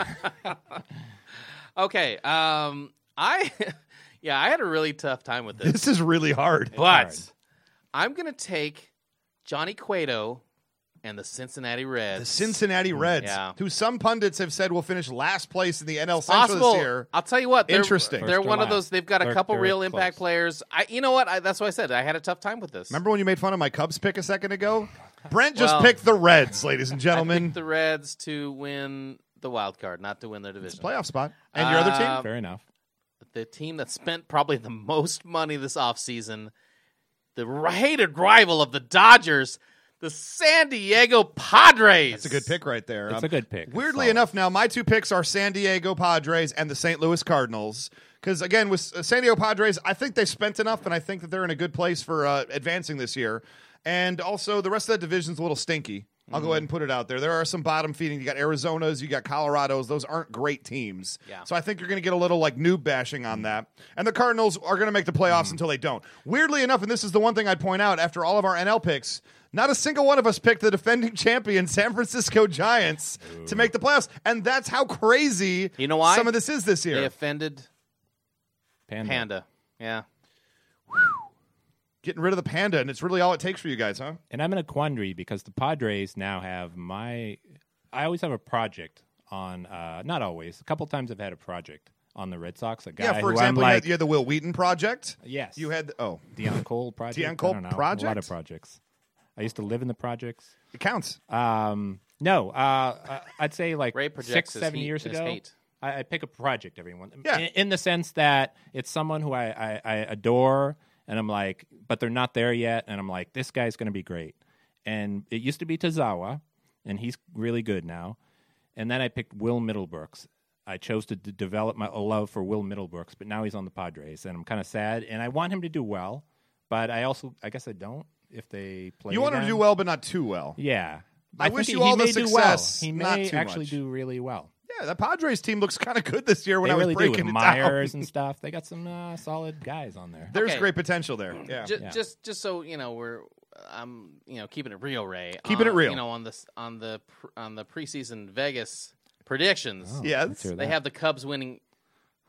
Speaker 1: Okay. Um, I, yeah, I had a really tough time with this,
Speaker 2: This is really hard.
Speaker 1: but I'm gonna take Johnny Cueto and the Cincinnati Reds.
Speaker 2: The Cincinnati Reds,
Speaker 1: Mm, Yeah.
Speaker 2: who some pundits have said will finish last place in the NL Central
Speaker 1: Possible.
Speaker 2: this year.
Speaker 1: I'll tell you what. They're,
Speaker 2: Interesting.
Speaker 1: They're
Speaker 3: First or
Speaker 1: one of
Speaker 3: last.
Speaker 1: those. They've got a
Speaker 3: They're-
Speaker 1: couple
Speaker 3: they're
Speaker 1: real
Speaker 3: close.
Speaker 1: impact players. I, you know what? I, that's why I said I had a tough time with this.
Speaker 2: Remember when you made fun of my Cubs pick a second ago? Brent just
Speaker 1: Well-
Speaker 2: picked the Reds, ladies and
Speaker 1: I
Speaker 2: gentlemen.
Speaker 1: picked the Reds to win the wild card, not to win their division.
Speaker 2: Playoff spot. And your other team?
Speaker 1: Um,
Speaker 3: Fair enough.
Speaker 1: the team that spent probably the most money this offseason, the r- hated rival of the Dodgers, the San Diego Padres.
Speaker 2: That's a good pick right there. Um,
Speaker 3: It's a good pick. It's
Speaker 2: Weirdly
Speaker 3: solid.
Speaker 2: enough, now my two picks are San Diego Padres and the St. Louis Cardinals. Because again, with uh, San Diego Padres, I think they spent enough, and I think that they're in a good place for uh, advancing this year. And also, the rest of that division's a little stinky. I'll
Speaker 3: Mm-hmm.
Speaker 2: go ahead and put it out there. There are some bottom feeding. You got Arizonas, you got Colorados. Those aren't great teams.
Speaker 1: Yeah.
Speaker 2: So I think you're going to get a little like noob bashing on that. And the Cardinals are going to make the
Speaker 3: Mm.
Speaker 2: playoffs until they don't. Weirdly enough, and this is the one thing I'd point out after all of our NL picks, not a single one of us picked the defending champion San Francisco Giants to make the playoffs, and that's how crazy
Speaker 1: You know why?
Speaker 2: some of this is this year.
Speaker 1: They offended
Speaker 3: Panda.
Speaker 1: Panda. Yeah.
Speaker 2: Getting rid of the panda, and it's really all it takes for you guys, huh?
Speaker 3: And I'm in a quandary because the Padres now have my. I always have a project on uh, not always a couple times I've had a project on the Red Sox. A guy
Speaker 2: Yeah,
Speaker 3: who
Speaker 2: for example,
Speaker 3: I'm
Speaker 2: you,
Speaker 3: like
Speaker 2: had, you had the Will Wheaton project.
Speaker 3: Yes.
Speaker 2: You had oh,
Speaker 3: Deion Cole project.
Speaker 2: Deion
Speaker 3: I
Speaker 2: Cole
Speaker 3: don't know, a lot
Speaker 2: project?
Speaker 3: of projects. I used to live in the projects.
Speaker 2: it counts.
Speaker 3: Um, no, uh, uh, I'd say like
Speaker 1: Ray
Speaker 3: six,
Speaker 1: projects his
Speaker 3: seven
Speaker 1: heat
Speaker 3: years
Speaker 1: and his
Speaker 3: ago.
Speaker 1: hate.
Speaker 3: I, I pick a project, everyone.
Speaker 2: Yeah.
Speaker 3: In, in the sense that it's someone who I, I, I adore, and I'm like, but they're not there yet, and I'm like, this guy's going to be great. And it used to be Tozawa, and he's really good now. And then I picked Will Middlebrooks. I chose to d- develop my a love for Will Middlebrooks, but now he's on the Padres, and I'm kind of sad. And I want him to do well, but I also, I guess, I don't if they play.
Speaker 2: you wanted to
Speaker 3: them.
Speaker 2: do well, but not too well.
Speaker 3: Yeah.
Speaker 2: I
Speaker 3: think
Speaker 2: wish
Speaker 3: he-
Speaker 2: you
Speaker 3: he
Speaker 2: all the
Speaker 3: may do
Speaker 2: success,
Speaker 3: Well. He may
Speaker 2: not too
Speaker 3: actually
Speaker 2: much.
Speaker 3: do really well.
Speaker 2: Yeah, that Padres team looks kind of good this year. When
Speaker 3: they
Speaker 2: I was
Speaker 3: really do
Speaker 2: breaking
Speaker 3: with
Speaker 2: it
Speaker 3: Myers
Speaker 2: down,
Speaker 3: and stuff. They got some uh, solid guys on there.
Speaker 2: there's
Speaker 1: Okay.
Speaker 2: great potential there. Yeah,
Speaker 1: Ju- just just so you know we're I'm you know keeping it real Ray
Speaker 2: Keeping it
Speaker 1: On-
Speaker 2: real.
Speaker 1: you know on this on the pr- on the preseason Vegas predictions
Speaker 2: yes.
Speaker 3: let's Oh, hear
Speaker 1: they
Speaker 3: that.
Speaker 1: have the Cubs winning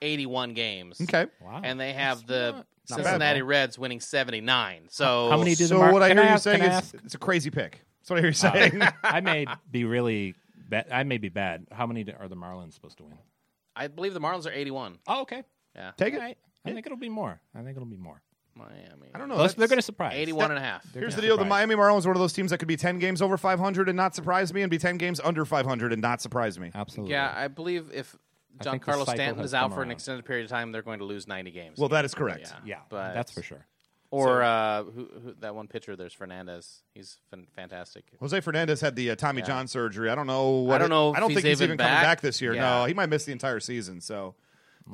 Speaker 1: 81 games
Speaker 2: okay.
Speaker 3: Wow.
Speaker 1: and they have the
Speaker 3: not
Speaker 2: bad.
Speaker 1: Cincinnati Reds winning 79 so
Speaker 3: How many do
Speaker 2: So
Speaker 3: the Mar-
Speaker 2: what I
Speaker 3: can
Speaker 2: hear you
Speaker 3: ask-
Speaker 2: saying
Speaker 3: can
Speaker 2: is
Speaker 3: I ask-
Speaker 2: it's a crazy pick. That's what I hear you saying.
Speaker 3: I may be really bad. I may be bad. How many do- are the Marlins supposed to win?
Speaker 1: I believe the Marlins are 81
Speaker 3: Oh, okay.
Speaker 1: yeah
Speaker 2: Take it.
Speaker 3: All right. I think it'll be more. I think it'll be more.
Speaker 1: Miami
Speaker 2: I don't know.
Speaker 3: Plus, they're
Speaker 2: that's-
Speaker 3: going to surprise.
Speaker 1: 81 and a half
Speaker 2: Here's
Speaker 3: Yeah.
Speaker 2: the deal: the
Speaker 3: Surprise.
Speaker 2: Miami Marlins are one of those teams that could be ten games over 500 and not surprise me, and be ten games under 500 and not surprise me.
Speaker 3: Absolutely.
Speaker 1: yeah I believe if
Speaker 3: I think the
Speaker 1: Giancarlo
Speaker 3: cycle
Speaker 1: Stanton
Speaker 3: has
Speaker 1: is out
Speaker 3: come
Speaker 1: for an
Speaker 3: around.
Speaker 1: extended period of time they're going to lose 90 games
Speaker 2: Well, that is correct.
Speaker 3: Yeah.
Speaker 1: But-
Speaker 3: that's for sure.
Speaker 1: or uh, who, who, that one pitcher there's Fernandez he's fan- fantastic
Speaker 2: Jose Fernandez had the uh, Tommy John surgery. I don't know. What
Speaker 1: I don't know
Speaker 2: I
Speaker 1: if
Speaker 2: don't
Speaker 1: he's
Speaker 2: think he's
Speaker 1: even
Speaker 2: even coming
Speaker 1: back.
Speaker 2: back this year. No,
Speaker 1: Yeah.
Speaker 2: he might miss the entire season. So,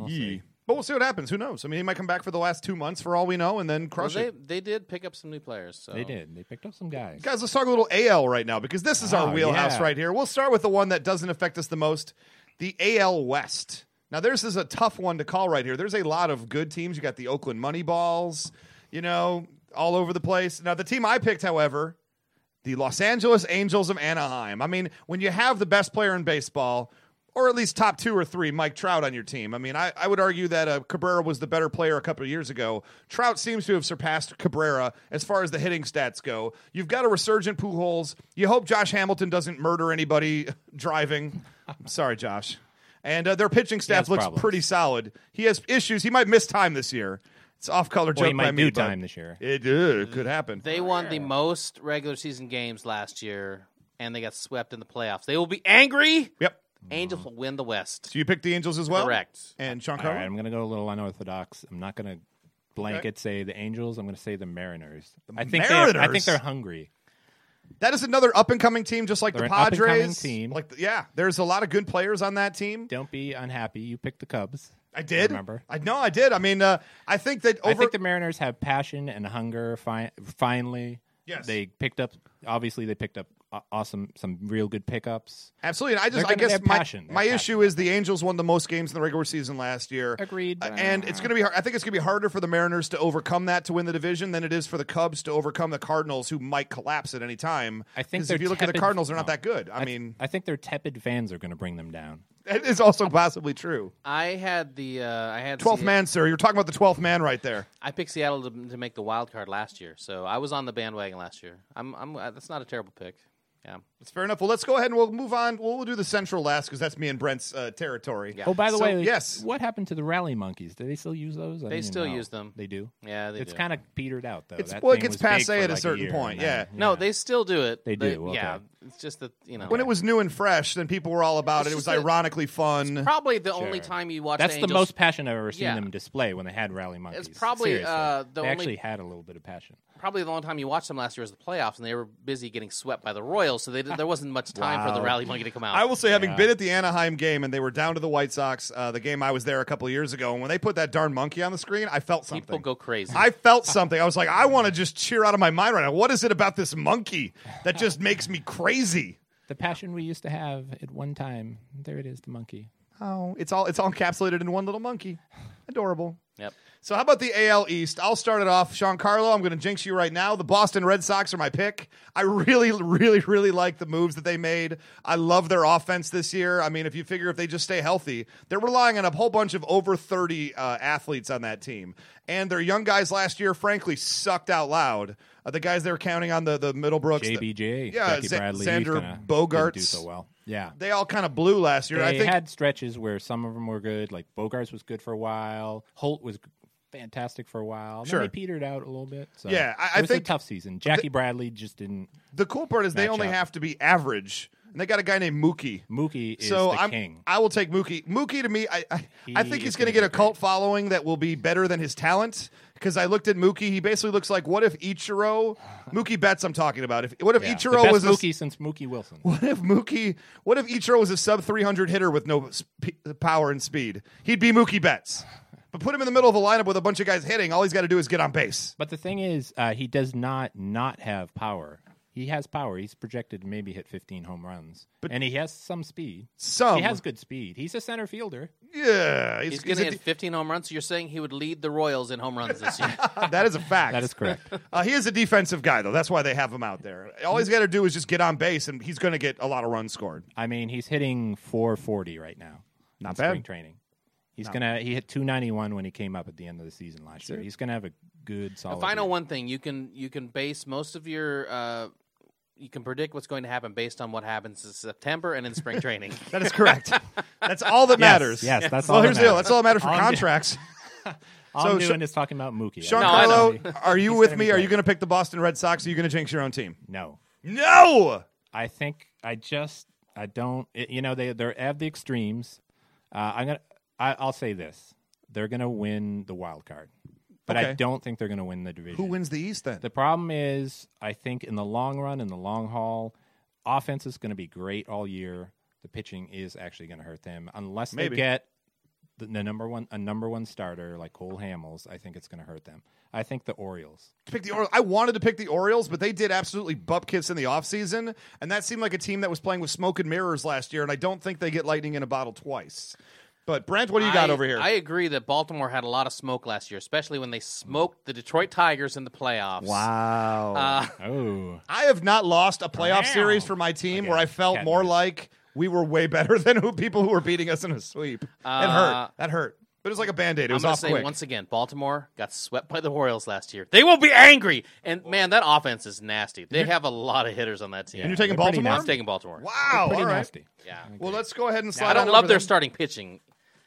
Speaker 2: Yee. but we'll see what happens. Who knows? I mean, he might come back for the last two months for all we know, and then
Speaker 1: Well,
Speaker 2: crush
Speaker 1: they
Speaker 2: it.
Speaker 1: they did pick up some new players. So.
Speaker 3: They did. They picked up some guys.
Speaker 2: Guys, let's talk a little AL right now because this is our
Speaker 3: Oh,
Speaker 2: wheelhouse
Speaker 3: yeah.
Speaker 2: right here. We'll start with the one that doesn't affect us the most, the AL West. Now, this is a tough one to call right here. There's a lot of good teams. You got the Oakland Moneyballs, you know, all over the place. Now, the team I picked, however, the Los Angeles Angels of Anaheim. I mean, when you have the best player in baseball, or at least top two or three, Mike Trout on your team. I mean, I, I would argue that uh, Cabrera was the better player a couple of years ago. Trout seems to have surpassed Cabrera as far as the hitting stats go. You've got a resurgent Pujols. You hope Josh Hamilton doesn't murder anybody driving. I'm sorry, Josh. And uh, their pitching staff
Speaker 3: has
Speaker 2: looks
Speaker 3: problems.
Speaker 2: pretty solid. He has issues. He might miss time this year. It's off color
Speaker 3: Well,
Speaker 2: joke
Speaker 3: he
Speaker 2: by
Speaker 3: might
Speaker 2: me,
Speaker 3: do
Speaker 2: but
Speaker 3: time this year.
Speaker 2: It uh, could happen.
Speaker 1: They won the most regular season games last year, and they got swept in the playoffs. They will be angry.
Speaker 2: yep.
Speaker 3: Mm-hmm.
Speaker 1: Angels will win the West.
Speaker 2: So you picked the Angels as well?
Speaker 1: Correct.
Speaker 2: And Sean
Speaker 3: All
Speaker 2: Carter?
Speaker 3: right, I'm going to go a little unorthodox. I'm not going to blanket say the Angels. I'm going to say the Mariners. I think They, I
Speaker 2: Mariners?
Speaker 3: think they're hungry.
Speaker 2: That is another up and coming team, just like
Speaker 3: They're
Speaker 2: the
Speaker 3: an up-and-coming
Speaker 2: Padres.
Speaker 3: team.
Speaker 2: Like, yeah, there's a lot of good players on that team.
Speaker 3: Don't be unhappy. You picked the Cubs.
Speaker 2: I did.
Speaker 3: remember.
Speaker 2: I know I did. I mean, uh, I think that over.
Speaker 3: I think the Mariners have passion and hunger. Fi- finally,
Speaker 2: Yes.
Speaker 3: they picked up. Obviously, they picked up a- awesome, some real good pickups.
Speaker 2: Absolutely. And I just,
Speaker 3: They're
Speaker 2: I
Speaker 3: gonna-
Speaker 2: guess
Speaker 3: they have
Speaker 2: my,
Speaker 3: passion. They
Speaker 2: my
Speaker 3: have
Speaker 2: issue is the Angels won the most games in the regular season last year.
Speaker 3: Agreed,
Speaker 2: Uh,
Speaker 3: but-
Speaker 2: And it's going to be hard. I think it's going to be harder for the Mariners to overcome that to win the division than it is for the Cubs to overcome the Cardinals, who might collapse at any time.
Speaker 3: I think
Speaker 2: 'Cause
Speaker 3: they're
Speaker 2: if you look at the
Speaker 3: tepid-
Speaker 2: Cardinals, they're not
Speaker 3: no.
Speaker 2: that good. I,
Speaker 3: th-
Speaker 2: mean,
Speaker 3: I think their tepid fans are going to bring them down.
Speaker 2: it is also possibly true.
Speaker 1: I had the uh, I had
Speaker 2: 12th
Speaker 1: Se-
Speaker 2: man, sir. You're talking about the 12th man right there.
Speaker 1: I picked Seattle to, to make the wild card last year, so I was on the bandwagon last year. I'm I'm uh, that's not a terrible pick. Yeah.
Speaker 2: That's fair enough. Well, let's go ahead and we'll move on. We'll, we'll do the central last because that's me and Brent's uh, territory.
Speaker 1: Yeah.
Speaker 3: Oh, by the
Speaker 2: So,
Speaker 3: way,
Speaker 2: yes.
Speaker 3: what happened to the rally monkeys? Do they still use those? I
Speaker 1: They
Speaker 3: didn't
Speaker 1: still
Speaker 3: know.
Speaker 1: use them.
Speaker 3: They do.
Speaker 1: Yeah, they
Speaker 3: it's
Speaker 1: do.
Speaker 3: kind of petered out though.
Speaker 2: It's-
Speaker 3: That
Speaker 2: well, it
Speaker 3: thing
Speaker 2: gets
Speaker 3: was big
Speaker 2: passe
Speaker 3: for,
Speaker 2: at a
Speaker 3: like,
Speaker 2: certain
Speaker 3: year,
Speaker 2: point,
Speaker 3: and then-
Speaker 2: yeah.
Speaker 1: No, they still do it.
Speaker 3: They do, okay.
Speaker 1: Yeah. It's just that you know
Speaker 2: When it was new and fresh, then people were all about it. It
Speaker 1: It's
Speaker 2: was
Speaker 1: just a-
Speaker 2: ironically fun.
Speaker 1: probably the only
Speaker 3: Sure.
Speaker 1: time you watch
Speaker 3: That's
Speaker 1: the,
Speaker 3: the
Speaker 1: Angels-
Speaker 3: most passion I've ever seen
Speaker 1: Yeah.
Speaker 3: them display when they had rally monkeys.
Speaker 1: probably,
Speaker 3: Seriously.
Speaker 1: uh, the
Speaker 3: they
Speaker 1: only-
Speaker 3: actually had a little bit of passion.
Speaker 1: probably the only time you watched them last year was the playoffs, and they were busy getting swept by the Royals, so they, did- there wasn't much time for the
Speaker 3: Wow.
Speaker 1: rally monkey to come out.
Speaker 2: I will say, having been at the Anaheim game and they were down to the White Sox, uh, the game I was there a couple of years ago, and when they put that darn monkey on the screen, I felt something.
Speaker 1: People go crazy.
Speaker 2: I felt something. I was like, I want to just cheer out of my mind right now. What is it about this monkey that just makes me crazy?
Speaker 3: The passion we used to have at one time. There it is, the monkey.
Speaker 2: Oh, it's all it's all encapsulated in one little monkey. Adorable.
Speaker 1: yep.
Speaker 2: So how about the AL East? I'll start it off. Giancarlo, I'm going to jinx you right now. The Boston Red Sox are my pick. I really, really, really like the moves that they made. I love their offense this year. I mean, if you figure if they just stay healthy, they're relying on a whole bunch of over 30 uh, athletes on that team. And their young guys last year, frankly, sucked out loud. Uh, the guys they were counting on, the, the Middlebrooks. the-
Speaker 3: JBJ,
Speaker 2: yeah,
Speaker 3: Jackie
Speaker 2: Za-
Speaker 3: Bradley,
Speaker 2: Xander
Speaker 3: he's gonna- didn't
Speaker 2: Bogarts.
Speaker 3: do so well. Yeah.
Speaker 2: They all kind of blew last year.
Speaker 3: They
Speaker 2: I think
Speaker 3: had stretches where some of them were good. Like Bogarts was good for a while. Holt was fantastic for a while.
Speaker 2: Sure.
Speaker 3: Then they petered out a little bit. So
Speaker 2: Yeah, I- I
Speaker 3: it was
Speaker 2: think-
Speaker 3: a tough season. Jackie Bradley just didn't.
Speaker 2: the cool part is they only
Speaker 3: matchup.
Speaker 2: have to be average, and they got a guy named Mookie.
Speaker 3: Mookie is
Speaker 2: so
Speaker 3: the
Speaker 2: I'm,
Speaker 3: king.
Speaker 2: I will take Mookie. Mookie to me, I I, I think
Speaker 3: He
Speaker 2: he's
Speaker 3: is
Speaker 2: going to get
Speaker 3: gonna
Speaker 2: a
Speaker 3: be
Speaker 2: cult following that will be better than his talent. Because I looked at Mookie, he basically looks like what if Ichiro, Mookie Betts, I'm talking about. If what if
Speaker 3: Yeah. the
Speaker 2: Ichiro
Speaker 3: best
Speaker 2: was a,
Speaker 3: Mookie since Mookie Wilson.
Speaker 2: what if Mookie, what if Ichiro was a sub 300 hitter with no sp- power and speed? He'd be Mookie Betts. But put him in the middle of a lineup with a bunch of guys hitting. All he's got to do is get on base.
Speaker 3: But the thing is, uh, he does not not have power. He has power. He's projected to maybe hit 15 home runs, and he has some speed.
Speaker 2: Some.
Speaker 3: he has good speed. He's a center fielder.
Speaker 2: Yeah, he's,
Speaker 1: He's
Speaker 2: he's
Speaker 1: going to
Speaker 2: a
Speaker 1: hit
Speaker 2: de-
Speaker 1: 15 home runs. So you're saying he would lead the Royals in home runs this year?
Speaker 2: that is a fact.
Speaker 3: That is correct.
Speaker 2: Uh, he is a defensive guy, though. That's why they have him out there. All he's got to do is just get on base, and he's going to get a lot of runs scored.
Speaker 3: I mean, he's hitting 440 right now.
Speaker 2: Not
Speaker 3: in
Speaker 2: bad.
Speaker 3: Spring training. He's gonna. He hit 291 when he came up at the end of the season last year. He's gonna have a good solid.
Speaker 1: If I know
Speaker 3: year.
Speaker 1: one thing, you can you can base most of your uh, you can predict what's going to happen based on what happens in September and in spring training.
Speaker 2: That is correct. that's all that matters.
Speaker 3: yes, that's
Speaker 2: well,
Speaker 3: all that
Speaker 2: here's the deal.
Speaker 3: matters.
Speaker 2: That's all that matters for
Speaker 3: All I'm doing-
Speaker 2: contracts.
Speaker 3: All
Speaker 2: so
Speaker 3: I'm
Speaker 2: Sha-
Speaker 3: doing is talking about Mookie.
Speaker 2: Sean
Speaker 1: No, I
Speaker 2: Carlo,
Speaker 3: know.
Speaker 2: are you
Speaker 3: He's
Speaker 2: with
Speaker 3: gonna
Speaker 2: me?
Speaker 3: be
Speaker 2: Are
Speaker 3: great.
Speaker 2: you going to pick the Boston Red Sox? Or are you going to jinx your own team?
Speaker 3: no,
Speaker 2: No.
Speaker 3: I think I just I don't. It, you know, they they're at the extremes. Uh, I'm gonna. I, I'll say this: they're gonna win the wild card, but I
Speaker 2: Okay.
Speaker 3: don't think they're gonna win the division.
Speaker 2: Who wins the East then?
Speaker 3: The problem is, I think in the long run, in the long haul, offense is going to be great all year. The pitching is actually going to hurt them unless
Speaker 2: Maybe.
Speaker 3: they get the, the number one a number one starter like Cole Hamels. I think it's going to hurt them. I think the Orioles.
Speaker 2: pick the Orioles. I wanted to pick the Orioles, but they did absolutely bupkis in the offseason, and that seemed like a team that was playing with smoke and mirrors last year, and I don't think they get lightning in a bottle twice. But Brent, what do you got
Speaker 1: I-
Speaker 2: over here?
Speaker 1: I agree that Baltimore had a lot of smoke last year, especially when they smoked the Detroit Tigers in the playoffs.
Speaker 2: wow.
Speaker 3: Oh,
Speaker 2: I have not lost a playoff
Speaker 3: Wow.
Speaker 2: series for my team
Speaker 3: Okay.
Speaker 2: where I felt
Speaker 3: Cat
Speaker 2: more
Speaker 3: noise.
Speaker 2: like we were way better than who people who were beating us in a sweep. it
Speaker 1: Uh,
Speaker 2: hurt. That hurt. But it was like a band aid. It
Speaker 1: I'm
Speaker 2: was
Speaker 1: going to
Speaker 2: off
Speaker 1: say
Speaker 2: quick.
Speaker 1: once again, Baltimore got swept by the Royals last year. They will be angry. And man, that offense is nasty. They have a lot of hitters on that team.
Speaker 3: And
Speaker 2: you're taking
Speaker 3: They're pretty
Speaker 2: Baltimore?
Speaker 1: I'm taking Baltimore.
Speaker 2: wow.
Speaker 3: pretty
Speaker 2: all right.
Speaker 3: nasty.
Speaker 1: Yeah.
Speaker 2: Well, let's go ahead and slide.
Speaker 1: I
Speaker 2: on
Speaker 1: don't
Speaker 2: over
Speaker 1: love their
Speaker 2: there.
Speaker 1: starting pitching.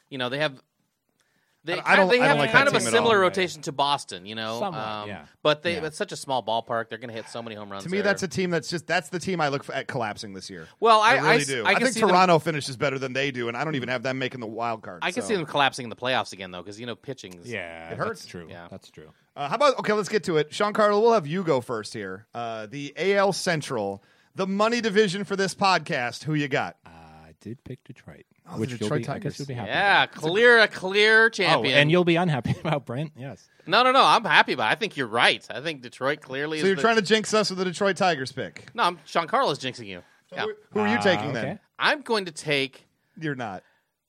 Speaker 1: You know, they have they,
Speaker 2: I don't-
Speaker 1: they
Speaker 2: I don't
Speaker 1: have
Speaker 2: like
Speaker 1: kind
Speaker 2: that
Speaker 1: of a
Speaker 2: team at all.
Speaker 1: similar rotation to Boston, you know. um,
Speaker 3: Somewhat, yeah.
Speaker 1: But they
Speaker 3: Yeah.
Speaker 1: it's such a small ballpark. They're going to hit so many home runs.
Speaker 2: To me,
Speaker 1: there.
Speaker 2: that's a team that's just that's the team I look at collapsing this year.
Speaker 1: Well, I-
Speaker 2: really
Speaker 1: I s-
Speaker 2: do.
Speaker 1: I can
Speaker 2: think
Speaker 1: see them-
Speaker 2: Toronto finishes better than they do, and I don't even have them making the wild card.
Speaker 1: I can
Speaker 2: so.
Speaker 1: see them collapsing in the playoffs again though, because you know pitching.
Speaker 3: Yeah,
Speaker 2: It hurts.
Speaker 3: That's true.
Speaker 1: Yeah.
Speaker 3: That's true.
Speaker 2: Uh, how about okay? Let's get to it. Sean Carlo, we'll have you go first here. Uh, the AL Central, the money division for this podcast. Who you got?
Speaker 3: I did pick Detroit,
Speaker 2: Oh, the
Speaker 3: which you'll
Speaker 2: Detroit
Speaker 3: be, I
Speaker 2: Tigers.
Speaker 3: guess you'll be happy.
Speaker 1: Yeah, clear a clear
Speaker 3: About. Oh,
Speaker 1: champion.
Speaker 3: and you'll be unhappy about Brent. Yes.
Speaker 1: no, no, no. I'm happy about. It. I think you're right. I think Detroit clearly.
Speaker 2: So
Speaker 1: is
Speaker 2: you're
Speaker 1: the-
Speaker 2: trying to jinx us with the Detroit Tigers pick.
Speaker 1: No, I'm Sean Carlos jinxing you. Yeah.
Speaker 2: Who- Who are you
Speaker 3: Ah,
Speaker 2: taking
Speaker 3: okay.
Speaker 2: then?
Speaker 1: I'm going to take
Speaker 2: You're not.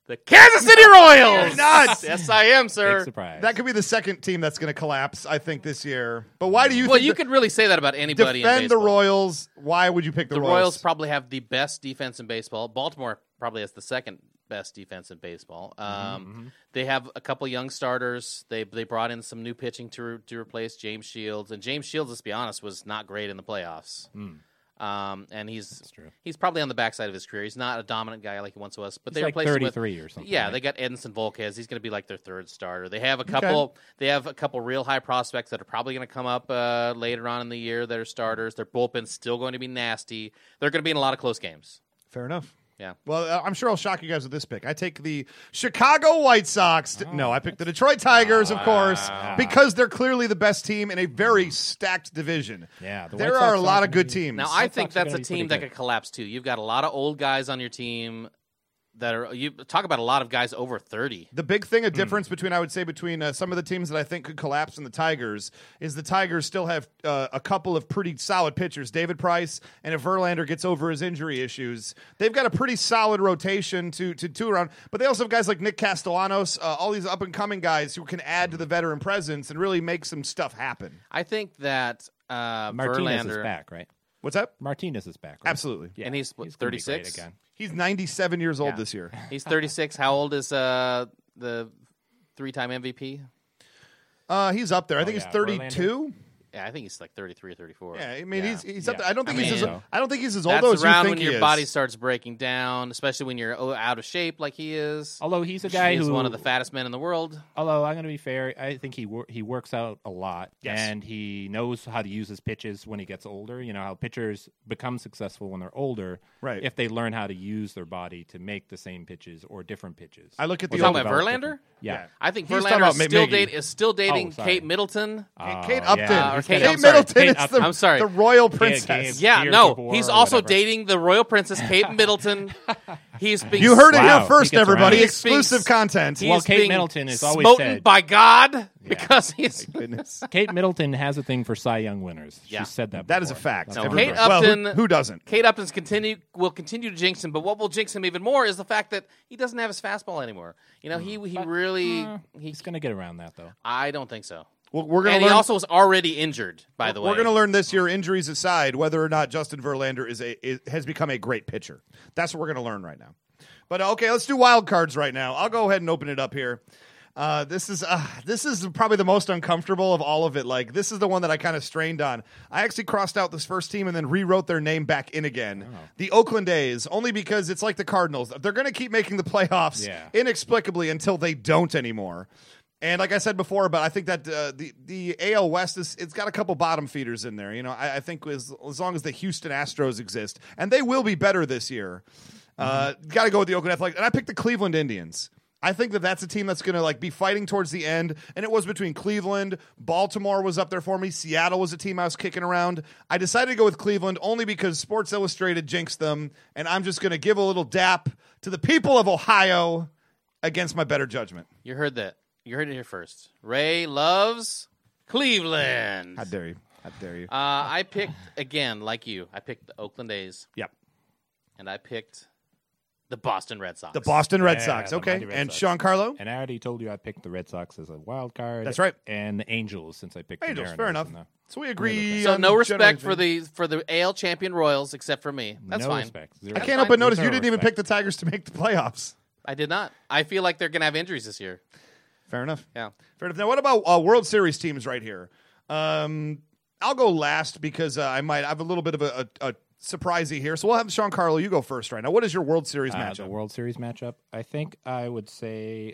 Speaker 1: the Kansas City Royals.
Speaker 2: nuts!
Speaker 1: Yes, I am,
Speaker 3: Big
Speaker 1: sir.
Speaker 3: surprise.
Speaker 2: That could be the second team that's going to collapse, I think, this year. But why do you?
Speaker 1: Well,
Speaker 2: think
Speaker 1: you
Speaker 2: the-
Speaker 1: could really say that about anybody. in
Speaker 2: defend the
Speaker 1: baseball.
Speaker 2: Royals. Why would you pick the,
Speaker 1: The
Speaker 2: Royals?
Speaker 1: Royals probably have the best defense in baseball. Baltimore probably has the second best defense in baseball. Um,
Speaker 3: Mm-hmm,
Speaker 1: They have a couple young starters. They they brought in some new pitching to re- to replace James Shields, and James Shields, let's be honest, was not great in the playoffs. Um, and he's
Speaker 3: Mm. true.
Speaker 1: he's probably on the backside of his career. He's not a dominant guy like he once was. But they
Speaker 3: like
Speaker 1: replaced him with-
Speaker 3: 33 or something,
Speaker 1: Yeah,
Speaker 3: right?
Speaker 1: they got Edinson Volquez. He's going to be like their third starter. They have a couple. They have a couple real high prospects that are probably going to come up uh, later on in the year that are starters. Their bullpen's still going to be nasty. They're going to be in a lot of close games.
Speaker 2: Fair enough.
Speaker 1: Yeah.
Speaker 2: Well, uh, I'm sure I'll shock you guys with this pick. I take the Chicago White Sox. to- no, I picked the Detroit Tigers, of course,
Speaker 3: Ah.
Speaker 2: because they're clearly the best team in a very stacked division.
Speaker 3: Yeah, the
Speaker 2: there
Speaker 3: White
Speaker 2: are
Speaker 3: Sox
Speaker 2: a
Speaker 3: are
Speaker 2: lot of
Speaker 3: gonna
Speaker 2: good
Speaker 3: be-
Speaker 2: teams.
Speaker 1: Now
Speaker 3: Sox
Speaker 1: I
Speaker 3: are
Speaker 1: think that's a
Speaker 3: gonna be
Speaker 1: team
Speaker 3: pretty
Speaker 1: that
Speaker 3: good.
Speaker 1: could collapse too. You've got a lot of old guys on your team that are you talk about a lot of guys over thirty.
Speaker 2: The big thing, a difference between I would say between uh, some of the teams that I think could collapse and the Tigers is the Tigers still have uh, a couple of pretty solid pitchers, David Price, and if Verlander gets over his injury issues, they've got a pretty solid rotation to to two around. But they also have guys like Nick Castellanos, uh, all these up and coming guys who can add to the veteran presence and really make some stuff happen.
Speaker 1: I think that uh,
Speaker 3: Martinez
Speaker 1: Verlander
Speaker 3: is back, right?
Speaker 2: What's up?
Speaker 3: Martinez is back. Right?
Speaker 2: Absolutely.
Speaker 3: Yeah,
Speaker 1: And he's, what,
Speaker 3: gonna be great
Speaker 1: 36?
Speaker 3: again.
Speaker 2: He's 97 years old
Speaker 3: Yeah.
Speaker 2: this year.
Speaker 1: He's thirty six. How old is uh, the three time MVP?
Speaker 2: Uh, he's up there. I think
Speaker 3: yeah,
Speaker 2: he's 32.
Speaker 1: Yeah, I think he's like 33 or 34.
Speaker 2: Yeah, I mean
Speaker 3: Yeah.
Speaker 2: he's he's. Up
Speaker 3: Yeah.
Speaker 2: there. I don't
Speaker 1: I
Speaker 2: think he's
Speaker 1: mean,
Speaker 2: as I don't think he's as old
Speaker 1: That's
Speaker 2: though as you
Speaker 1: around
Speaker 2: think
Speaker 1: when
Speaker 2: he
Speaker 1: your
Speaker 2: is.
Speaker 1: body starts breaking down, especially when you're oh, out of shape like he is.
Speaker 3: Although he's a guy
Speaker 1: he's
Speaker 3: who
Speaker 1: one of the fattest men in the world.
Speaker 3: Although I'm going to be fair, I think he wor- he works out a lot,
Speaker 2: Yes.
Speaker 3: and he knows how to use his pitches when he gets older. You know how pitchers become successful when they're older,
Speaker 2: Right.
Speaker 3: If they learn how to use their body to make the same pitches or different pitches.
Speaker 2: I look at
Speaker 1: We're
Speaker 2: the
Speaker 1: talking
Speaker 2: old,
Speaker 1: about
Speaker 3: develop
Speaker 1: Verlander?
Speaker 3: different- Yeah,
Speaker 1: I think
Speaker 2: He's talking
Speaker 1: Verlander
Speaker 2: about
Speaker 1: is
Speaker 2: Ma-
Speaker 1: still,
Speaker 2: Miggy.
Speaker 1: date, is still dating
Speaker 3: Oh, sorry.
Speaker 1: Kate Middleton.
Speaker 3: Oh,
Speaker 2: Kate
Speaker 3: yeah.
Speaker 2: Upton.
Speaker 1: Uh, or Kate-
Speaker 2: Kate
Speaker 1: I'm sorry.
Speaker 2: Middleton
Speaker 3: Kate
Speaker 2: is the,
Speaker 3: Upton.
Speaker 1: I'm sorry.
Speaker 2: the royal
Speaker 3: Gabe-
Speaker 2: princess.
Speaker 1: Yeah,
Speaker 3: Years
Speaker 1: no,
Speaker 3: before
Speaker 1: he's
Speaker 3: or
Speaker 1: also
Speaker 3: whatever.
Speaker 1: dating the royal princess Kate Middleton. He's being
Speaker 2: You heard it
Speaker 3: Wow,
Speaker 2: here first,
Speaker 3: he gets
Speaker 2: everybody.
Speaker 3: around.
Speaker 1: He's being-
Speaker 2: Exclusive content.
Speaker 1: he's
Speaker 3: Well, Kate
Speaker 1: being
Speaker 3: Middleton has always
Speaker 1: smoten
Speaker 3: said-
Speaker 1: by God because he's
Speaker 2: Goodness.
Speaker 3: Kate Middleton has a thing for Cy Young winners.
Speaker 1: Yeah.
Speaker 3: She said that.
Speaker 2: That is a
Speaker 3: before.
Speaker 2: fact.
Speaker 3: That's
Speaker 1: Everybody- Kate uh,
Speaker 3: correct.
Speaker 2: Well, who,
Speaker 1: Upton-
Speaker 2: who doesn't?
Speaker 1: Kate Upton's continue will continue to jinx him, but what will jinx him even more is the fact that he doesn't have his fastball anymore. You know, he he really he.
Speaker 3: He's going to get around that though.
Speaker 1: I don't think so.
Speaker 2: Well, we're going
Speaker 1: And
Speaker 2: to
Speaker 1: he
Speaker 2: learn.
Speaker 1: also was already injured, by the way.
Speaker 2: we're going to learn this year, injuries aside, whether or not Justin Verlander is a is, has become a great pitcher. That's what we're going to learn right now. But uh, okay, let's do wild cards right now. I'll go ahead and open it up here. Uh, this is uh, this is probably the most uncomfortable of all of it. Like this is the one that I kind of strained on. I actually crossed out this first team and then rewrote their name back in again.
Speaker 1: Oh.
Speaker 2: The Oakland A's, only because it's like the Cardinals. They're going to keep making the playoffs
Speaker 3: Yeah.
Speaker 2: inexplicably until they don't anymore. And like I said before, but I think that uh, the the AL West is it's got a couple bottom feeders in there. You know, I, I think as, as long as the Houston Astros exist, and they will be better this year. Uh, got to go with the Oakland Athletics, and I picked the Cleveland Indians. I think that that's a team that's going to like be fighting towards the end, and it was between Cleveland, Baltimore was up there for me, Seattle was a team I was kicking around. I decided to go with Cleveland only because Sports Illustrated jinxed them, and I'm just going to give a little dap to the people of Ohio against my better judgment.
Speaker 1: You heard that. You heard it here first. Ray loves Cleveland.
Speaker 2: How dare you? How dare you?
Speaker 1: Uh, I picked again, like you. I picked the Oakland A's,
Speaker 2: yep.
Speaker 1: and I picked the Boston Red Sox.
Speaker 2: The Boston Red
Speaker 3: Yeah,
Speaker 2: Sox.
Speaker 3: the
Speaker 2: Okay.
Speaker 3: mighty Red
Speaker 2: And
Speaker 3: Sox.
Speaker 2: Sean Carlo.
Speaker 3: And I already told you I picked the Red Sox as a wild card.
Speaker 2: That's right.
Speaker 3: And the Angels since I picked the
Speaker 2: Angels. Fair
Speaker 3: Mariners
Speaker 2: enough.
Speaker 3: in the-
Speaker 2: So we agree.
Speaker 1: So
Speaker 2: on
Speaker 1: no
Speaker 2: general
Speaker 1: respect for
Speaker 2: thing.
Speaker 1: the for the AL champion Royals, except for me. That's
Speaker 3: no
Speaker 1: fine.
Speaker 3: Respect. Zero
Speaker 2: I can't
Speaker 1: That's
Speaker 2: help but
Speaker 1: fine.
Speaker 2: notice
Speaker 3: With
Speaker 2: you
Speaker 3: no
Speaker 2: didn't even
Speaker 3: respect.
Speaker 2: pick the Tigers to make the playoffs.
Speaker 1: I did not. I feel like they're gonna have injuries this year.
Speaker 2: Fair enough.
Speaker 1: Yeah.
Speaker 2: Fair enough. Now, what about uh, World Series teams right here? Um, I'll go last because uh, I might I have a little bit of a, a, a surprisey here. So we'll have Sean Carlo. You go first right now. What is your World Series
Speaker 3: Uh,
Speaker 2: matchup?
Speaker 3: the World Series matchup. I think I would say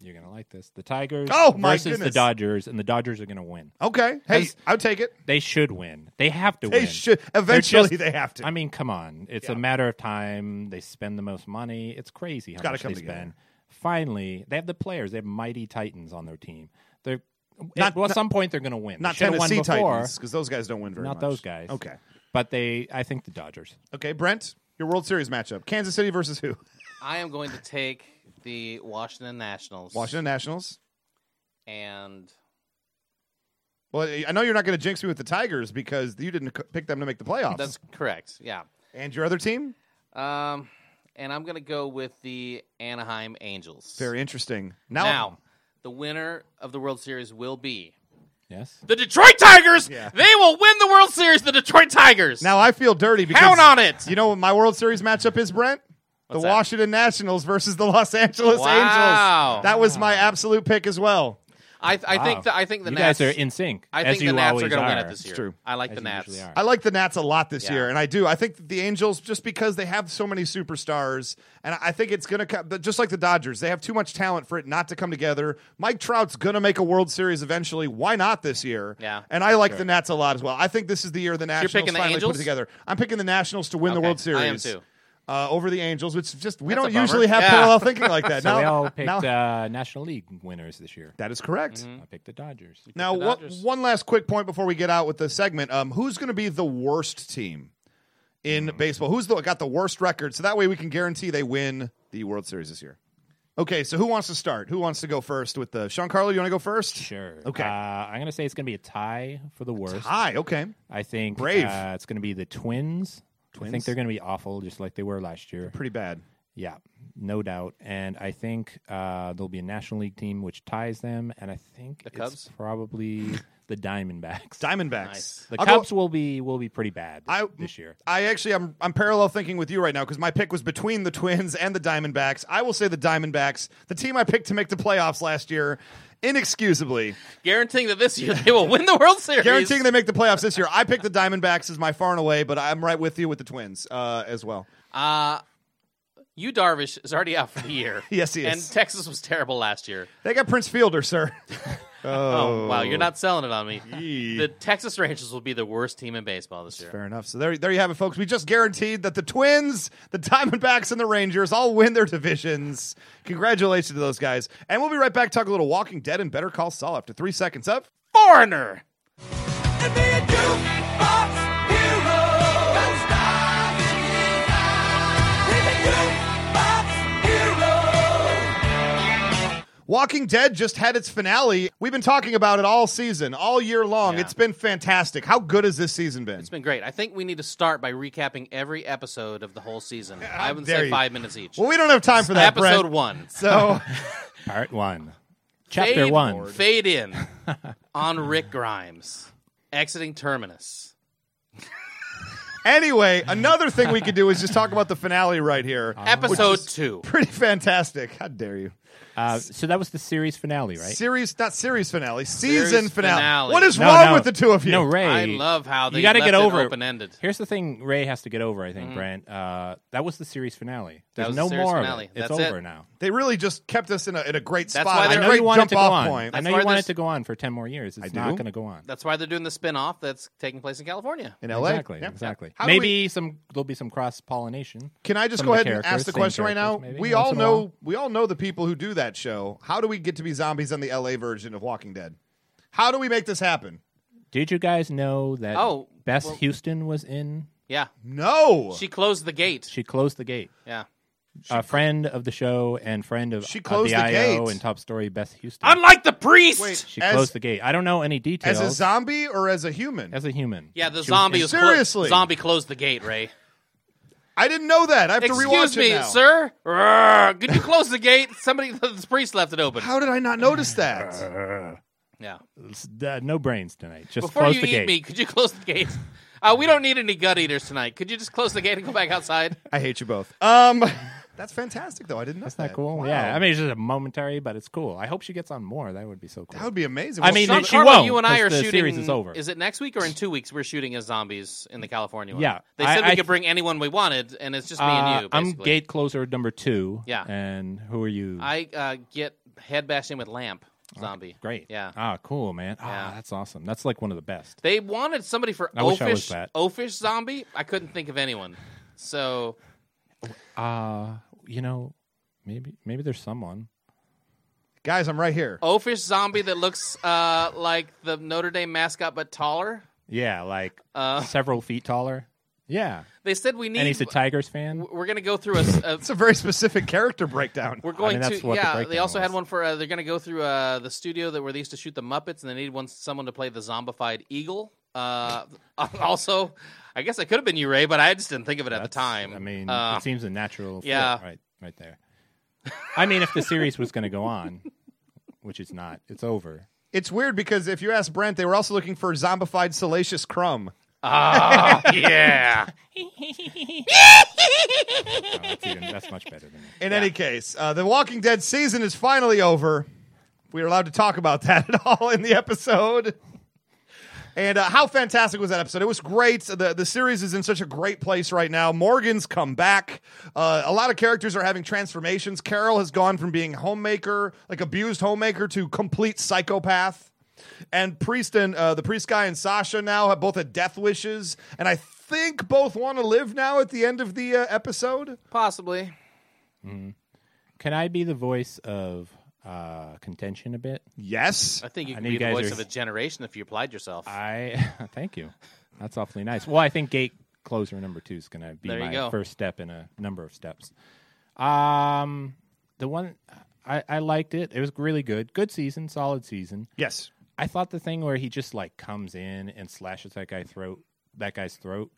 Speaker 3: you're going to like this. The Tigers
Speaker 2: Oh, my
Speaker 3: versus the
Speaker 2: goodness.
Speaker 3: Dodgers, and the Dodgers are going to win.
Speaker 2: okay. Hey,
Speaker 3: Has-
Speaker 2: I'll take it.
Speaker 3: They should win. They have to
Speaker 2: They
Speaker 3: win.
Speaker 2: should-
Speaker 3: They're
Speaker 2: eventually they have to.
Speaker 3: I mean, come on. It's a
Speaker 2: Yeah.
Speaker 3: matter of time. They spend the most money. It's crazy how
Speaker 2: gotta
Speaker 3: much
Speaker 2: come
Speaker 3: they
Speaker 2: together.
Speaker 3: spend. Finally, they have the players. They have mighty Titans on their team. They're
Speaker 2: Not-
Speaker 3: at well, some point they're going to win. They
Speaker 2: Not
Speaker 3: should've won
Speaker 2: Tennessee
Speaker 3: before.
Speaker 2: Titans because those guys don't win very
Speaker 3: Not
Speaker 2: much.
Speaker 3: those guys.
Speaker 2: Okay.
Speaker 3: But they, I think the Dodgers.
Speaker 2: Okay, Brent, your World Series matchup: Kansas City versus who?
Speaker 1: I am going to take the Washington Nationals.
Speaker 2: Washington Nationals.
Speaker 1: and
Speaker 2: Well, I know you're not going to jinx me with the Tigers because you didn't c- pick them to make the playoffs.
Speaker 1: that's correct. Yeah.
Speaker 2: and your other team?
Speaker 1: Um, and I'm gonna go with the Anaheim Angels.
Speaker 2: Very interesting. Now,
Speaker 1: now, the winner of the World Series will be
Speaker 3: Yes.
Speaker 1: the Detroit Tigers.
Speaker 2: Yeah.
Speaker 1: They will win the World Series. The Detroit Tigers.
Speaker 2: now I feel dirty because
Speaker 1: Count on it!
Speaker 2: You know what my World Series matchup is, Brent? The
Speaker 1: What's that?
Speaker 2: Washington Nationals versus the Los Angeles
Speaker 1: Wow.
Speaker 2: Angels. That was my absolute pick as well.
Speaker 1: I, I think the, I think the
Speaker 3: you
Speaker 1: Nats
Speaker 3: guys are in sync.
Speaker 1: I
Speaker 3: as
Speaker 1: think
Speaker 3: you
Speaker 1: the Nats are
Speaker 3: always
Speaker 1: going to win
Speaker 3: are.
Speaker 1: it this year.
Speaker 2: true.
Speaker 1: I like
Speaker 3: As
Speaker 1: the
Speaker 3: you
Speaker 1: Nats.
Speaker 3: usually are.
Speaker 2: I like the Nats a lot this
Speaker 1: Yeah.
Speaker 2: year, and I do. I think that the Angels, just because they have so many superstars, and I think it's going to just like the Dodgers, they have too much talent for it not to come together. Mike Trout's going to make a World Series eventually. Why not this year?
Speaker 1: Yeah.
Speaker 2: and I like the Nats a lot as well. I think this is the year the Nationals
Speaker 1: picking the
Speaker 2: finally put
Speaker 1: Angels?
Speaker 2: it together. I'm picking the Nationals to win the
Speaker 1: Okay,
Speaker 2: World Series.
Speaker 1: I am too.
Speaker 2: Uh, over the Angels, which just we
Speaker 1: That's a
Speaker 2: don't
Speaker 1: bummer.
Speaker 2: usually have
Speaker 1: Yeah.
Speaker 2: parallel thinking like that.
Speaker 3: So
Speaker 2: now,
Speaker 3: we all picked
Speaker 2: now-
Speaker 3: uh, National League winners this year.
Speaker 2: that is correct.
Speaker 1: Mm-hmm.
Speaker 3: I picked the Dodgers.
Speaker 2: Now,
Speaker 1: the
Speaker 2: one,
Speaker 1: Dodgers.
Speaker 2: one last quick point before we get out with the segment. Um, who's going to be the worst team in
Speaker 3: Mm-hmm.
Speaker 2: baseball? Who's the, got the worst record? So that way we can guarantee they win the World Series this year. Okay, so who wants to start? Who wants to go first with the Sean Carlo? You want to go first?
Speaker 3: Sure.
Speaker 2: Okay.
Speaker 3: Uh, I'm going to say it's going to be a tie for the worst.
Speaker 2: Hi. Okay.
Speaker 3: I think
Speaker 2: Brave.
Speaker 3: Uh, it's going to be the Twins. I
Speaker 2: Twins?
Speaker 3: think they're going to be awful, just like they were last year.
Speaker 2: Pretty bad.
Speaker 3: Yeah, no doubt. And I think uh, there'll be a National League team which ties them. And I think the
Speaker 1: Cubs?
Speaker 3: probably the Diamondbacks.
Speaker 2: Diamondbacks.
Speaker 1: Nice.
Speaker 3: the
Speaker 2: I'll go-
Speaker 3: Cubs will be will be pretty bad this,
Speaker 2: I-
Speaker 3: this year.
Speaker 2: I actually I'm I'm parallel thinking with you right now because my pick was between the Twins and the Diamondbacks. I will say the Diamondbacks, the team I picked to make the playoffs last year, inexcusably.
Speaker 1: guaranteeing that this year they will win the World Series.
Speaker 2: Guaranteeing they make the playoffs this year. I picked the Diamondbacks as my far and away, but I'm right with you with the Twins uh, as well.
Speaker 1: Uh, you Darvish is already out for the year.
Speaker 2: Yes, he is.
Speaker 1: And Texas was terrible last year.
Speaker 2: They got Prince Fielder, sir.
Speaker 1: Oh, wow, you're not selling it on me.
Speaker 2: Yee.
Speaker 1: The Texas Rangers will be the worst team in baseball this year.
Speaker 2: Fair enough. So there, there you have it, folks. We just guaranteed that the Twins, the Diamondbacks, and the Rangers all win their divisions. Congratulations to those guys. And we'll be right back. Talk a little Walking Dead and Better Call Saul after three seconds up.
Speaker 1: Foreigner.
Speaker 4: And be a jukebox hero. Don't stop in his eyes. He's a jukebox hero.
Speaker 2: Walking Dead just had its finale. We've been talking about it all season, all year long.
Speaker 1: Yeah.
Speaker 2: It's been fantastic. How good has this season been?
Speaker 1: It's been great. I think we need to start by recapping every episode of the whole season. I would
Speaker 2: dare
Speaker 1: say
Speaker 2: you.
Speaker 1: five minutes each.
Speaker 2: well, we don't have time for that,
Speaker 1: Episode
Speaker 2: Brent.
Speaker 1: one.
Speaker 2: So
Speaker 3: Part one, chapter
Speaker 1: fade,
Speaker 3: one.
Speaker 1: Fade in on Rick Grimes exiting Terminus.
Speaker 2: anyway, another thing we could do is just talk about the finale right here.
Speaker 1: Episode two.
Speaker 2: Pretty fantastic. How dare you?
Speaker 3: Uh, so that was the series finale, right?
Speaker 2: Series, not series finale, season
Speaker 1: Series
Speaker 2: finale.
Speaker 1: finale.
Speaker 2: What is
Speaker 3: No,
Speaker 2: wrong
Speaker 3: no.
Speaker 2: with the two of you?
Speaker 3: No, Ray.
Speaker 1: I love how they
Speaker 3: you gotta
Speaker 1: left
Speaker 3: get
Speaker 1: it
Speaker 3: over
Speaker 1: open-ended. Mm-hmm.
Speaker 3: Here's the thing: Ray has to get over. I think Brent. Uh, that was the series finale. There's
Speaker 1: was the
Speaker 3: no
Speaker 1: series
Speaker 3: more.
Speaker 1: finale.
Speaker 3: Of it. It's
Speaker 1: That's it.
Speaker 3: over now.
Speaker 2: They really just kept us in a, in a great
Speaker 1: That's
Speaker 2: spot.
Speaker 1: why
Speaker 2: a
Speaker 1: they're-
Speaker 3: I know
Speaker 2: great
Speaker 3: you want it
Speaker 2: jump
Speaker 3: to go
Speaker 2: off
Speaker 3: on.
Speaker 2: point.
Speaker 3: I know
Speaker 1: why
Speaker 3: you want it
Speaker 1: there's-
Speaker 3: to go on for ten more years. It's
Speaker 2: do.
Speaker 3: not going to go on.
Speaker 1: That's why they're doing the spin-off that's taking place in California.
Speaker 2: in LA.
Speaker 3: Exactly.
Speaker 2: Yeah.
Speaker 3: Exactly.
Speaker 2: How do we-
Speaker 3: maybe some there'll be some cross pollination.
Speaker 2: Can I just
Speaker 3: Some
Speaker 2: go
Speaker 3: of the
Speaker 2: ahead and ask
Speaker 3: characters,
Speaker 2: the
Speaker 3: same
Speaker 2: question right now?
Speaker 3: characters maybe,
Speaker 2: we
Speaker 3: once
Speaker 2: all
Speaker 3: in a while.
Speaker 2: know we all know the people who do that show. How do we get to be zombies on the LA version of Walking Dead? How do we make this happen?
Speaker 3: Did you guys know that?
Speaker 1: Oh,
Speaker 3: Bess
Speaker 1: well-
Speaker 3: Houston was in.
Speaker 1: Yeah.
Speaker 2: No.
Speaker 1: She closed the gate.
Speaker 3: She closed the gate.
Speaker 1: yeah.
Speaker 3: a friend of the show and friend of,
Speaker 2: She
Speaker 3: of
Speaker 2: closed
Speaker 3: the,
Speaker 2: the
Speaker 3: IO
Speaker 2: gate.
Speaker 3: and top story Beth Houston.
Speaker 1: Unlike the priest.
Speaker 2: Wait,
Speaker 3: she
Speaker 2: as,
Speaker 3: closed the gate. I don't know any details.
Speaker 2: as a zombie or as a human?
Speaker 3: As a human.
Speaker 1: Yeah, the
Speaker 3: She was
Speaker 1: zombie
Speaker 3: in-
Speaker 1: was
Speaker 2: Seriously?
Speaker 1: Clo- zombie closed the gate, Ray.
Speaker 2: I didn't know that. I have to
Speaker 1: Excuse
Speaker 2: rewatch
Speaker 1: me,
Speaker 2: it now.
Speaker 1: sir. Rrrr. Could you close the gate? Somebody, the priest left it open.
Speaker 2: How did I not notice that?
Speaker 1: yeah.
Speaker 3: It's- uh, no brains tonight. Just
Speaker 1: Before
Speaker 3: close
Speaker 1: you
Speaker 3: the
Speaker 1: eat
Speaker 3: gate.
Speaker 1: me, could you close the gate? Uh, we don't need any gut eaters tonight. Could you just close the gate and go back outside?
Speaker 2: I hate you both. Um, that's fantastic though. I didn't know
Speaker 3: Isn't that cool? Yeah. I mean, it's just a momentary, but it's cool. I hope she gets on more. That would be so cool.
Speaker 2: that would be amazing.
Speaker 3: I
Speaker 2: Well,
Speaker 3: mean,
Speaker 2: Sean-
Speaker 3: she
Speaker 1: Carlo,
Speaker 3: won't,
Speaker 1: You and I
Speaker 3: 'cause
Speaker 1: are
Speaker 3: the
Speaker 1: shooting.
Speaker 3: series is over.
Speaker 1: Is it next week or in two weeks? We're shooting as zombies in the California one.
Speaker 3: Yeah,
Speaker 1: They said
Speaker 3: I-
Speaker 1: we
Speaker 3: I-
Speaker 1: could bring anyone we wanted, and it's just me
Speaker 3: Uh,
Speaker 1: and you.
Speaker 3: I'm
Speaker 1: basically.
Speaker 3: gate closer number two.
Speaker 1: Yeah.
Speaker 3: And who are you?
Speaker 1: I uh, get head bashed in with lamp zombie.
Speaker 3: Oh, Great.
Speaker 1: Yeah.
Speaker 3: Ah, cool, man. Ah,
Speaker 1: Yeah.
Speaker 3: that's awesome. That's like one of the best.
Speaker 1: They wanted somebody for
Speaker 3: I
Speaker 1: O
Speaker 3: wish I was
Speaker 1: fish
Speaker 3: that.
Speaker 1: Ofish zombie. I couldn't think of anyone. So
Speaker 3: Uh, you know, maybe maybe there's someone.
Speaker 2: guys, I'm right here.
Speaker 1: Ofish zombie that looks uh, like the Notre Dame mascot but taller.
Speaker 3: Yeah, like
Speaker 1: Uh.
Speaker 3: several feet taller. Yeah.
Speaker 1: They said we need.
Speaker 3: And he's a Tigers fan.
Speaker 1: we're gonna go through a. s- a-
Speaker 2: It's a very specific character breakdown.
Speaker 1: we're going
Speaker 3: that's
Speaker 1: to
Speaker 3: what the
Speaker 1: yeah. they
Speaker 3: breakdown
Speaker 1: also had
Speaker 3: was.
Speaker 1: one for. Uh, they're gonna go through uh, the studio that where they used to shoot the Muppets, and they needed one someone to play the zombified eagle. Uh, also, I guess I could have been you, Ray, but I just didn't think of it at the time.
Speaker 3: I mean,
Speaker 1: Uh,
Speaker 3: it seems a natural fit
Speaker 1: yeah.
Speaker 3: right right there. I mean, if the series was going to go on, which it's not, it's over.
Speaker 2: It's weird because if you ask Brent, they were also looking for zombified Salacious Crumb.
Speaker 1: yeah.
Speaker 3: Oh, that's, even, that's much better than it.
Speaker 2: In any case, uh, the Walking Dead season is finally over. We are allowed to talk about that at all in the episode. And uh, how fantastic was that episode? It was great. The the series is in such a great place right now. Morgan's come back. Uh, a lot of characters are having transformations. Carol has gone from being homemaker, like abused homemaker, to complete psychopath. And Priest and uh, the priest guy and Sasha now have both had death wishes, and I think both want to live now at the end of the uh, episode.
Speaker 1: Possibly.
Speaker 3: Can I be the voice of uh, contention a bit?
Speaker 2: Yes.
Speaker 1: I think you
Speaker 3: I
Speaker 1: could
Speaker 3: know
Speaker 1: be
Speaker 3: you
Speaker 1: the
Speaker 3: guys
Speaker 1: voice
Speaker 3: are-
Speaker 1: of a generation if you applied yourself.
Speaker 3: I thank you. That's awfully nice. Well, I think gate closer number two is going to be
Speaker 1: There you
Speaker 3: my
Speaker 1: go.
Speaker 3: first step in a number of steps. Um, the one I, I liked it. It was really good. Good season, solid season.
Speaker 2: Yes.
Speaker 3: I thought the thing where he just like comes in and slashes that guy throat that guy's throat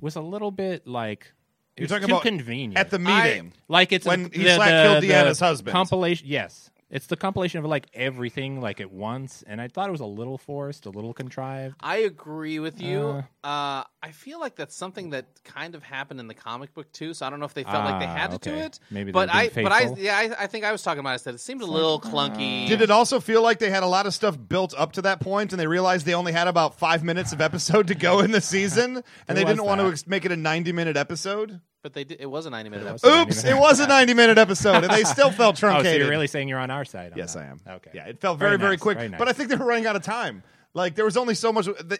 Speaker 3: was a little bit like it was too convenient
Speaker 2: at the meeting.
Speaker 3: like it's
Speaker 2: When
Speaker 3: a,
Speaker 2: he
Speaker 3: the,
Speaker 2: slapped
Speaker 3: the-
Speaker 2: killed
Speaker 3: the
Speaker 2: Deanna's husband.
Speaker 3: compilation. Yes, It's the compilation of like everything like at once, and I thought it was a little forced, a little contrived.
Speaker 1: I agree with you. Uh, I feel like that's something that kind of happened in the comic book too. So I don't know if they felt like they
Speaker 3: Ah,
Speaker 1: had to do
Speaker 3: okay.
Speaker 1: it.
Speaker 3: Maybe they
Speaker 1: but
Speaker 3: were
Speaker 1: I,
Speaker 3: being
Speaker 1: but I,
Speaker 3: faithful.
Speaker 1: yeah, I, I think I was talking about. it. I said it seemed a little clunky.
Speaker 2: Did it also feel like they had a lot of stuff built up to that point, and they realized they only had about five minutes of episode to go in the season, and they
Speaker 3: was
Speaker 2: didn't want to
Speaker 3: that.
Speaker 2: ex- make it a ninety-minute episode?
Speaker 1: But they did. It was a ninety minute
Speaker 3: was
Speaker 1: episode.
Speaker 2: Oops, it was a ninety-minute episode, and they still felt
Speaker 3: Oh, so
Speaker 2: truncated.
Speaker 3: you're really saying you're on our side? on
Speaker 2: Yes,
Speaker 3: that.
Speaker 2: I am.
Speaker 3: Okay.
Speaker 2: Yeah, it felt very, very,
Speaker 3: nice,
Speaker 2: quick. But I think they were running out of time. Like there was only so much. The,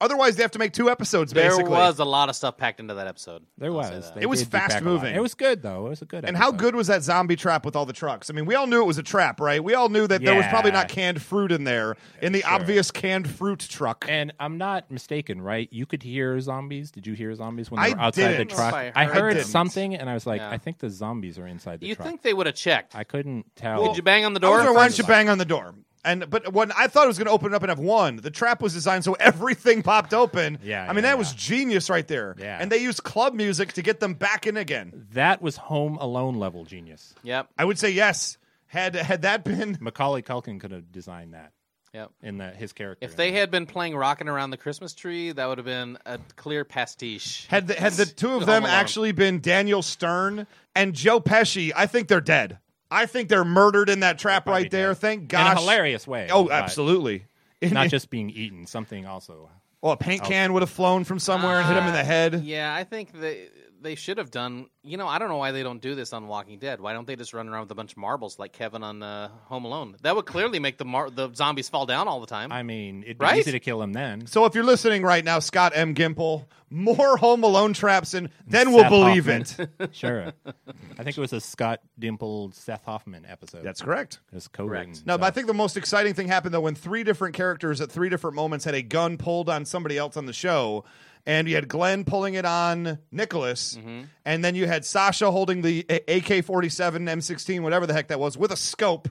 Speaker 2: otherwise, they have to make two episodes.
Speaker 1: There
Speaker 2: basically,
Speaker 1: was a lot of stuff packed into that episode.
Speaker 3: there
Speaker 1: I'll say
Speaker 3: was.
Speaker 1: that.
Speaker 3: They
Speaker 2: It was
Speaker 3: did beat back a lot.
Speaker 2: fast-moving.
Speaker 3: It was good though. It was a good.
Speaker 2: And how
Speaker 3: episode.
Speaker 2: good was that zombie trap with all the trucks? I mean, we all knew it was a trap, right? We all knew that there was probably
Speaker 3: Yeah.
Speaker 2: not canned fruit in there in the obvious canned fruit truck.
Speaker 3: And I'm not mistaken, right? You could hear zombies. Did you hear zombies when they
Speaker 2: I
Speaker 3: were outside
Speaker 2: didn't.
Speaker 3: the
Speaker 1: I
Speaker 3: truck?
Speaker 1: don't know if I
Speaker 3: I
Speaker 1: heard
Speaker 3: heard
Speaker 2: them.
Speaker 3: something, and I was like,
Speaker 1: Yeah.
Speaker 3: I think the zombies are inside the
Speaker 1: You
Speaker 3: truck.
Speaker 1: think they would have checked?
Speaker 3: I couldn't tell.
Speaker 1: Did you bang on the
Speaker 2: Oh. I
Speaker 1: door?
Speaker 2: was gonna, why
Speaker 1: First
Speaker 2: don't you
Speaker 1: of all.
Speaker 2: bang on the door? And but when I thought it was going to open up and have one, the trap was designed so everything popped open.
Speaker 3: Yeah,
Speaker 2: I mean
Speaker 3: yeah,
Speaker 2: that was
Speaker 3: yeah.
Speaker 2: genius right there.
Speaker 3: Yeah.
Speaker 2: and they used club music to get them back in again.
Speaker 3: that was Home Alone level genius.
Speaker 1: Yep.
Speaker 2: I would say yes. Had had that been
Speaker 3: Macaulay Culkin could have designed that
Speaker 1: Yep.
Speaker 3: in the, his character.
Speaker 1: If they had been playing "Rocking Around the Christmas Tree," that would have been a clear pastiche.
Speaker 2: Had the, had the two
Speaker 3: Oh
Speaker 2: of
Speaker 1: Home
Speaker 2: them
Speaker 1: Alone.
Speaker 2: actually been Daniel Stern and Joe Pesci, I think they're dead. I think they're murdered in that trap right there.
Speaker 3: dead.
Speaker 2: Thank
Speaker 3: in
Speaker 2: gosh.
Speaker 3: a hilarious way.
Speaker 2: Oh,
Speaker 3: but
Speaker 2: absolutely. In-
Speaker 3: Not just being eaten, something also.
Speaker 2: well, a
Speaker 3: Oh.
Speaker 2: paint can would have flown from somewhere and hit him in
Speaker 3: Ah,
Speaker 2: the head.
Speaker 1: Yeah, I think they they should have done. You know, I don't know why they don't do this on Walking Dead. Why don't they just run around with a bunch of marbles like Kevin on uh, Home Alone? That would clearly make the mar- the zombies fall down all the time.
Speaker 3: I mean, it'd be
Speaker 1: Right?
Speaker 3: easy to kill him then.
Speaker 2: So if you're listening right now, Scott M. Gimple, more Home Alone traps, and then we'll
Speaker 3: Seth
Speaker 2: believe it.
Speaker 3: Hoffman. sure. I think it was a Scott Dimple Seth Hoffman episode.
Speaker 2: That's correct.
Speaker 3: it was co-written.
Speaker 1: correct.
Speaker 2: No, but I think the most exciting thing happened though when three different characters at three different moments had a gun pulled on somebody else on the show, and you had Glenn pulling it on Nicholas, and then you had Sasha holding the AK forty seven M sixteen whatever the heck that was with a scope.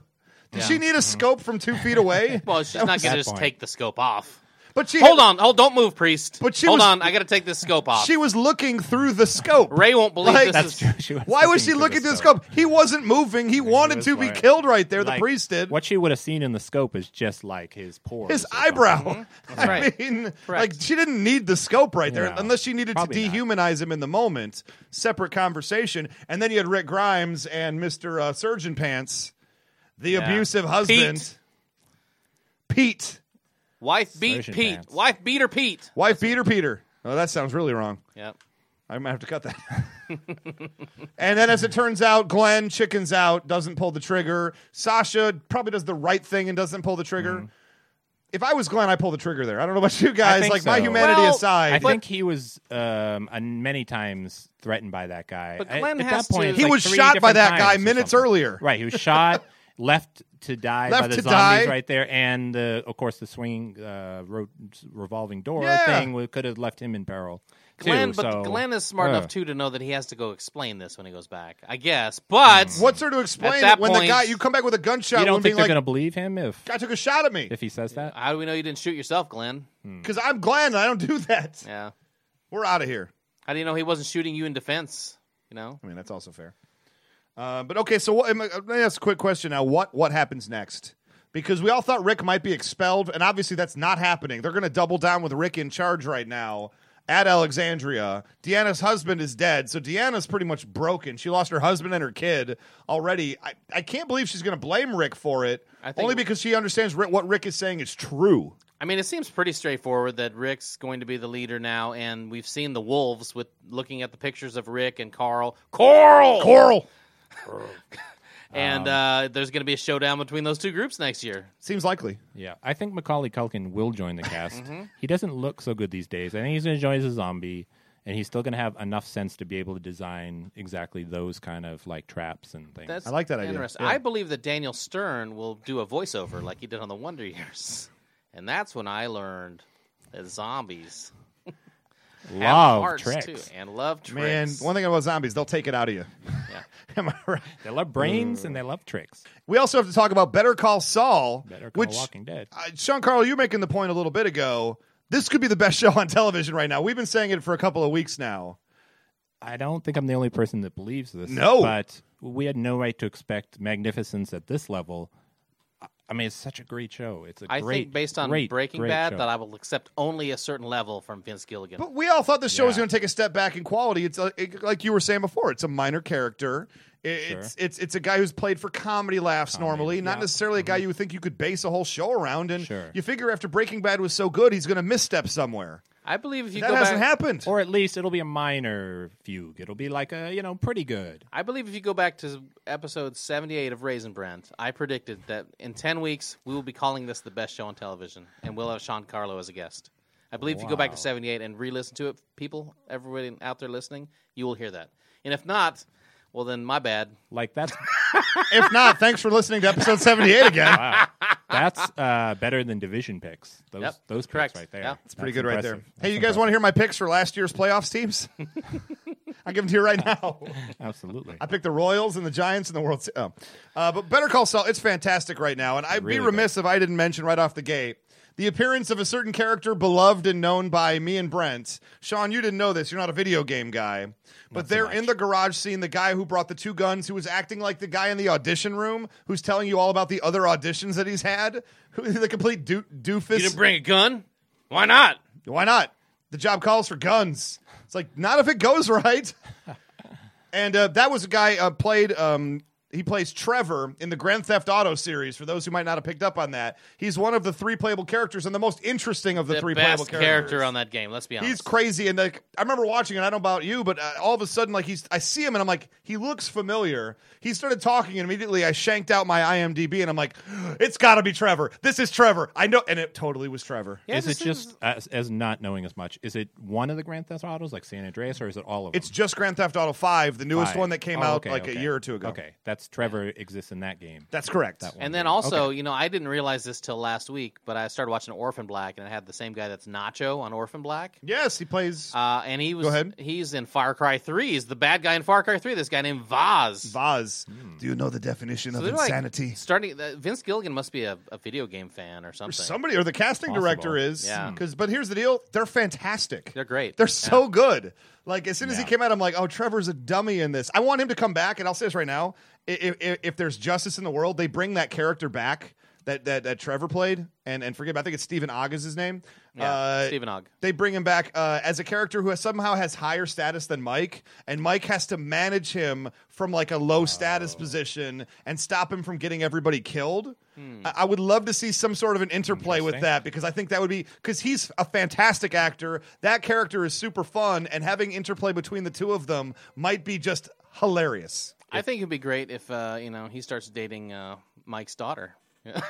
Speaker 2: Did
Speaker 1: Yeah.
Speaker 2: she need a scope from two feet away?
Speaker 1: well, she's not going
Speaker 3: that
Speaker 1: to just
Speaker 3: point.
Speaker 1: take the scope off.
Speaker 2: but she
Speaker 1: Hold on, hold, don't move, priest.
Speaker 2: But she
Speaker 1: hold
Speaker 2: was-
Speaker 1: on, I got to take this scope off.
Speaker 2: She was looking through the scope.
Speaker 1: Ray won't believe
Speaker 2: Like-
Speaker 1: this
Speaker 2: That's
Speaker 1: is.
Speaker 3: true. She was
Speaker 2: Why was she
Speaker 3: looking
Speaker 2: looking through the scope? He wasn't moving. He wanted
Speaker 3: was
Speaker 2: to be
Speaker 3: like-
Speaker 2: killed right there. the
Speaker 3: Like,
Speaker 2: priest did.
Speaker 3: What she would have seen in the scope is just like mm-hmm. his pores.
Speaker 2: his
Speaker 3: or something.
Speaker 2: eyebrow. I
Speaker 1: right.
Speaker 2: mean, like
Speaker 1: Correct.
Speaker 2: she didn't need the scope right there,
Speaker 3: No.
Speaker 2: unless she needed
Speaker 3: Probably
Speaker 2: to
Speaker 3: not.
Speaker 2: dehumanize him in the moment. Separate conversation, and then you had Rick Grimes and Mister uh, Surgeon Pants, the abusive husband, Pete,
Speaker 1: Wife beat
Speaker 3: Surgeon
Speaker 1: Pete.
Speaker 3: pants.
Speaker 1: Wife beater Pete.
Speaker 2: wife Peter Peter. Oh, that sounds really wrong.
Speaker 1: Yep.
Speaker 2: I might have to cut that. and then, as it turns out, Glenn chickens out, doesn't pull the trigger. Sasha probably does the right thing and doesn't pull the trigger.
Speaker 3: Mm-hmm.
Speaker 2: If I was Glenn, I pull the trigger there. I don't know about you guys.
Speaker 3: think
Speaker 2: Like my
Speaker 3: so.
Speaker 2: humanity
Speaker 1: Well,
Speaker 2: aside,
Speaker 3: I think he was um, uh, many times threatened by that guy.
Speaker 1: But
Speaker 3: At-
Speaker 1: Glenn
Speaker 3: at
Speaker 1: has
Speaker 3: that point,
Speaker 1: to-
Speaker 3: it
Speaker 1: He
Speaker 3: like
Speaker 2: was
Speaker 3: three
Speaker 2: shot by
Speaker 3: different
Speaker 2: that guy
Speaker 3: times or
Speaker 2: minutes
Speaker 3: something.
Speaker 2: earlier.
Speaker 3: Right, he was shot, left to die by
Speaker 2: Left
Speaker 3: the
Speaker 2: to die.
Speaker 3: zombies right there, and uh, of course the swinging uh, ro- revolving door
Speaker 2: Yeah.
Speaker 3: thing would- could have left him in peril. too,
Speaker 1: Glenn, but
Speaker 3: so-
Speaker 1: Glenn is smart
Speaker 3: Uh,
Speaker 1: enough too to know that he has to go explain this when he goes back. I guess, but
Speaker 3: Mm.
Speaker 2: What's there to explain
Speaker 1: that
Speaker 2: it when the
Speaker 1: point-
Speaker 2: guy you come back with a gunshot?
Speaker 3: You don't
Speaker 2: wound
Speaker 3: think
Speaker 2: being
Speaker 3: they're
Speaker 2: like,
Speaker 3: going to believe him if
Speaker 2: guy took a shot at me
Speaker 3: if he says that?
Speaker 1: How do we know you didn't shoot yourself, Glenn?
Speaker 3: Mm.
Speaker 2: because I'm Glenn. And I don't do that.
Speaker 1: Yeah.
Speaker 2: We're out of here.
Speaker 1: How do you know he wasn't shooting you in defense? You know,
Speaker 2: I mean, that's also fair. Uh, but okay, so what, am I- let me ask a quick question now. What what happens next? Because we all thought Rick might be expelled, and obviously that's not happening. They're going to double down with Rick in charge right now at Alexandria. Deanna's husband is dead, so Deanna's pretty much broken. She lost her husband and her kid already. I, I can't believe she's going to blame Rick for it,
Speaker 1: I think-
Speaker 2: only because she understands Rick, what Rick is saying is true.
Speaker 1: I mean, it seems pretty straightforward that Rick's going to be the leader now, and we've seen the wolves with looking at the pictures of Rick and Carl. Carl,
Speaker 2: Coral
Speaker 3: Um.
Speaker 1: and uh, there's going to be a showdown between those two groups next year.
Speaker 2: seems likely.
Speaker 3: Yeah, I think Macaulay Culkin will join the cast.
Speaker 1: Mm-hmm.
Speaker 3: He doesn't look so good these days. I think he's going to join as a zombie, and he's still going to have enough sense to be able to design exactly those kind of like traps and things.
Speaker 1: That's
Speaker 2: I like that idea.
Speaker 1: Interesting. I believe that Daniel Stern will do a voiceover like he did on The Wonder Years, and that's when I learned that zombies have
Speaker 3: love
Speaker 1: hearts
Speaker 3: tricks.
Speaker 1: too and love
Speaker 2: Oh, Man,
Speaker 1: tricks.
Speaker 2: one thing about zombies, they'll take it out of you.
Speaker 1: Yeah.
Speaker 2: Am I right?
Speaker 3: They love brains and they love tricks.
Speaker 2: We also have to talk about Better Call Saul,
Speaker 3: Better Call
Speaker 2: which
Speaker 3: Walking Dead.
Speaker 2: uh, Sean Carl, you're making the point a little bit ago. This could be the best show on television right now. We've been saying it for a couple of weeks now.
Speaker 3: I don't think I'm the only person that believes this.
Speaker 2: No.
Speaker 3: but we had no right to expect magnificence at this level. I- I mean, it's such a great show. It's a
Speaker 1: I
Speaker 3: great,
Speaker 1: think based on
Speaker 3: great,
Speaker 1: Breaking
Speaker 3: great
Speaker 1: Bad
Speaker 3: show.
Speaker 1: that I will accept only a certain level from Vince Gilligan.
Speaker 2: But we all thought the show was
Speaker 3: Yeah.
Speaker 2: going to take a step back in quality. It's uh, it- like you were saying before. It's a minor character. It- It's it's it's a guy who's played for comedy Mm-hmm. laughs normally, not necessarily a guy you would think you could base a whole show around. And
Speaker 3: Sure.
Speaker 2: you figure after Breaking Bad was so good, he's going to misstep somewhere.
Speaker 1: I believe if you
Speaker 2: That
Speaker 1: go
Speaker 2: hasn't
Speaker 1: back,
Speaker 2: happened.
Speaker 3: or at least it'll be a minor fugue. It'll be like a you know pretty good.
Speaker 1: I believe if you go back to episode 78 of Raisin Brand, I predicted that in 10 weeks we will be calling this the best show on television and we'll have Sean Carlo as a guest. I believe if you go back to 78 and re-listen to it, people, everybody out there listening, you will hear that. And if not, well then my bad.
Speaker 3: Like that's
Speaker 2: if not, thanks for listening to episode seventy-eight again.
Speaker 3: that's uh, better than division picks. Those
Speaker 1: Yep,
Speaker 3: those
Speaker 1: correct.
Speaker 3: picks right there.
Speaker 1: Yeah. It's
Speaker 2: It's pretty good right there. Hey, you guys want to hear my picks for last year's playoffs teams? I'll give them to you right now.
Speaker 3: Absolutely.
Speaker 2: I picked the Royals and the Giants and the World Se- Oh. Uh, but Better Call Saul, it's fantastic right now. And I'd be
Speaker 3: Really
Speaker 2: remiss if I didn't mention right off the gate the appearance of a certain character beloved and known by me and Brent. Sean, you didn't know this. You're not a video game guy. But they're in the garage scene, the guy who brought the two guns, who was acting like the guy in the audition room, who's telling you all about the other auditions that he's had, who, the complete doo- doofus.
Speaker 1: You didn't bring a gun? Why not?
Speaker 2: Why not? The job calls for guns. It's like not if it goes right. and uh, that was a guy uh, played. Um, he plays Trevor in the Grand Theft Auto series. For those who might not have picked up on that, he's one of the three playable characters and the most interesting of the,
Speaker 1: The
Speaker 2: three playable
Speaker 1: best
Speaker 2: characters.
Speaker 1: character on that game, let's be honest.
Speaker 2: He's crazy, and like I remember watching it. I don't know about you, but uh, all of a sudden, like he's, I see him, and I'm like, he looks familiar. He started talking, and immediately I shanked out my IMDb, and I'm like, it's got to be Trevor. This is Trevor. I know, and it totally was Trevor.
Speaker 1: Yeah,
Speaker 3: is it
Speaker 1: this
Speaker 3: just as, as not knowing as much? Is it one of the Grand Theft Autos, like San Andreas, or is it all of them?
Speaker 2: It's just Grand Theft Auto Five, the newest
Speaker 3: Five.
Speaker 2: one that came
Speaker 3: Oh,
Speaker 2: out
Speaker 3: okay,
Speaker 2: like a
Speaker 3: okay.
Speaker 2: year or two ago.
Speaker 3: Okay, that's Trevor exists in that game.
Speaker 2: that's correct.
Speaker 1: And then also, you know, I didn't realize this till last week, but I started watching Orphan Black, and it had the same guy that's Nacho on Orphan Black.
Speaker 2: Yes, he plays
Speaker 1: Uh, and he was
Speaker 2: ahead.
Speaker 1: he's in Far Cry Three. He's the bad guy in Far Cry Three. This guy named Vaz.
Speaker 2: Vaz. Do you know the definition
Speaker 1: hmm. So
Speaker 2: of
Speaker 1: they're, like,
Speaker 2: insanity?
Speaker 1: starting uh, Vince Gilligan must be a, a video game fan or something.
Speaker 2: Somebody or the casting
Speaker 3: Possible.
Speaker 2: director is.
Speaker 1: Yeah.
Speaker 2: Because but here's the deal: they're fantastic.
Speaker 1: They're great.
Speaker 2: They're
Speaker 1: Yeah.
Speaker 2: so good. Like as soon as he
Speaker 3: Yeah.
Speaker 2: came out, I'm like, oh, Trevor's a dummy in this. I want him to come back, and I'll say this right now: if, if, if there's justice in the world, they bring that character back. That, that, that Trevor played and and forget I think it's Stephen Ogg is his name.
Speaker 1: Yeah,
Speaker 2: Uh,
Speaker 1: Stephen Ogg.
Speaker 2: they bring him back uh, as a character who has somehow has higher status than Mike, and Mike has to manage him from like a low
Speaker 1: Oh.
Speaker 2: status position and stop him from getting everybody killed.
Speaker 1: Hmm.
Speaker 2: I-, I would love to see some sort of an interplay with that because I think that would be because he's a fantastic actor. That character is super fun, and having interplay between the two of them might be just hilarious.
Speaker 1: I think it'd be great if uh, you know he starts dating uh, Mike's daughter.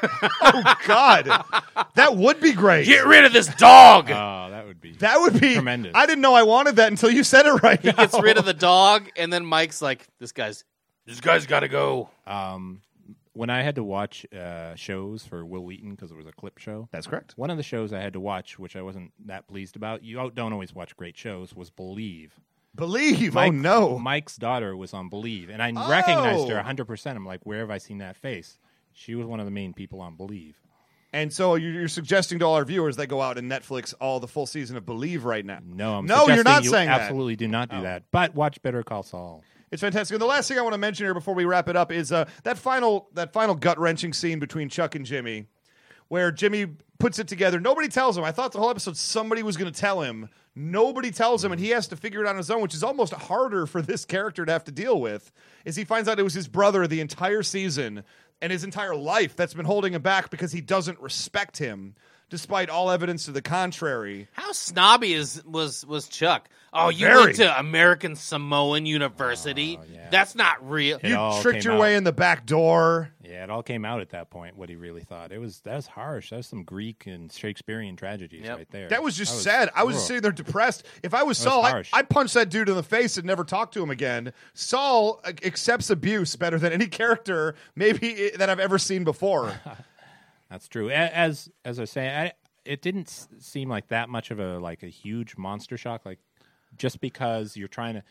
Speaker 2: God, that would be great.
Speaker 1: Get rid of this dog.
Speaker 3: Oh, that would be
Speaker 2: That would be
Speaker 3: Tremendous.
Speaker 2: I didn't know I wanted that until you said it right. He
Speaker 1: Gets rid of the dog, and then Mike's like, "This guy's this guy's got to go."
Speaker 3: when I had to watch uh, shows for Will Wheaton because it was a clip show.
Speaker 2: That's correct.
Speaker 3: One of the shows I had to watch, which I wasn't that pleased about. You don't always watch great shows. Was Believe.
Speaker 2: Believe. oh
Speaker 3: Mike-
Speaker 2: no.
Speaker 3: Mike's daughter was on Believe, and I recognized her
Speaker 2: Oh.
Speaker 3: 100%. I'm like, where have I seen that face? She was one of the main people on Believe.
Speaker 2: And so you- you're suggesting to all our viewers they go out and Netflix all the full season of Believe right now.
Speaker 3: No, I'm
Speaker 2: no, you're
Speaker 3: suggesting
Speaker 2: not
Speaker 3: you
Speaker 2: saying that. Oh.
Speaker 3: absolutely do not do that. But watch Better Call Saul.
Speaker 2: It's fantastic. And the last thing I want to mention here before we wrap it up is uh, that final that final gut wrenching scene between Chuck and Jimmy, where Jimmy puts it together. Nobody tells him. I thought the whole episode somebody was going to tell him. Nobody tells him, and he has to figure it out on his own, which is almost harder for this character to have to deal with. Is he finds out it was his brother the entire season and his entire life that's been holding him back because he doesn't respect him, despite all evidence to the contrary.
Speaker 1: How snobby is was was Chuck? Oh, you
Speaker 2: Very. Oh,
Speaker 1: went to American Samoan University. That's not real.
Speaker 3: It
Speaker 2: You
Speaker 3: all
Speaker 2: tricked
Speaker 3: came
Speaker 2: your
Speaker 3: out.
Speaker 2: way in the back door.
Speaker 3: Yeah, it all came out at that point what he really thought. It was that was harsh. That was some Greek and Shakespearean tragedies
Speaker 1: Yep.
Speaker 3: right there.
Speaker 2: That was just sad. I was
Speaker 3: ugh.
Speaker 2: just sitting there depressed. If I was Saul, I,
Speaker 3: harsh.
Speaker 2: I punched that dude in the face and never talked to him again. Saul uh, accepts abuse better than any character maybe i- that I've ever seen before.
Speaker 3: That's true. A- As as I say, I, it didn't s- seem like that much of a like a huge monster shock. Like just because you're trying to,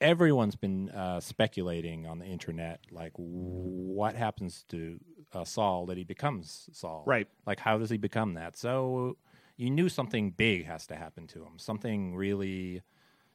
Speaker 3: everyone's been uh, speculating on the internet, like what happens to uh, Saul that he becomes Saul,
Speaker 2: Right.
Speaker 3: Like how does he become that? So you knew something big has to happen to him, something really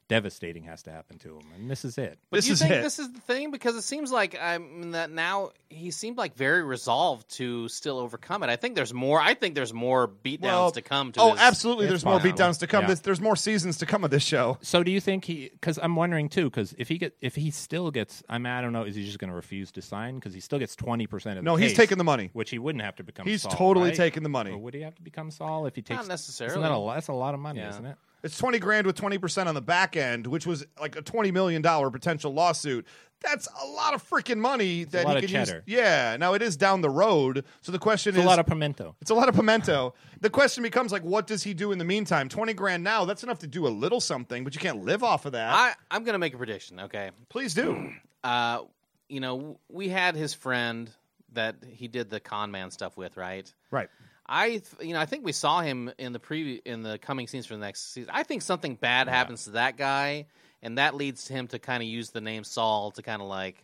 Speaker 3: devastating has to happen to him, and this is it.
Speaker 2: This
Speaker 1: you
Speaker 2: is
Speaker 1: think
Speaker 2: it.
Speaker 1: this is the thing because it seems like I mean that now he seemed like very resolved to still overcome it. I think there's more. I think there's more beatdowns
Speaker 2: Well,
Speaker 1: to come. To
Speaker 2: oh,
Speaker 1: his-
Speaker 2: absolutely. There's more
Speaker 3: possible.
Speaker 2: beatdowns to come.
Speaker 3: Yeah.
Speaker 2: This, there's more seasons to come of this show.
Speaker 3: So do you think he? Because I'm wondering too. Because if he get, if he still gets, I mean, I don't know. Is he just going to refuse to sign? Because he still gets twenty percent of.
Speaker 2: No,
Speaker 3: the
Speaker 2: he's
Speaker 3: case,
Speaker 2: taking the money.
Speaker 3: which he wouldn't have to become.
Speaker 2: He's
Speaker 3: Saul,
Speaker 2: totally
Speaker 3: right?
Speaker 2: taking the money.
Speaker 3: Or would he have to become Saul if he takes?
Speaker 1: necessarily.
Speaker 3: Isn't that a, lo- that's a lot of money,
Speaker 1: Yeah.
Speaker 3: isn't it?
Speaker 2: It's 20 grand with 20% on the back end, which was like a $20 million potential lawsuit. That's a lot of freaking money that
Speaker 3: lot
Speaker 2: he
Speaker 3: of
Speaker 2: could
Speaker 3: cheddar.
Speaker 2: use. Yeah. Now it is down the road. So the question
Speaker 3: It's
Speaker 2: is
Speaker 3: a lot of pimento.
Speaker 2: It's a lot of pimento. The question becomes like, what does he do in the meantime? Twenty grand now, that's enough to do a little something, but you can't live off of that.
Speaker 1: I, I'm going to make a prediction. Okay,
Speaker 2: Please do.
Speaker 1: uh, you know we had his friend that he did the con man stuff with, right?
Speaker 2: Right.
Speaker 1: I, th- you know, I think we saw him in the preview in the coming scenes for the next season. I think something bad happens to that guy, and that leads him to kind of use the name Saul to kind of like,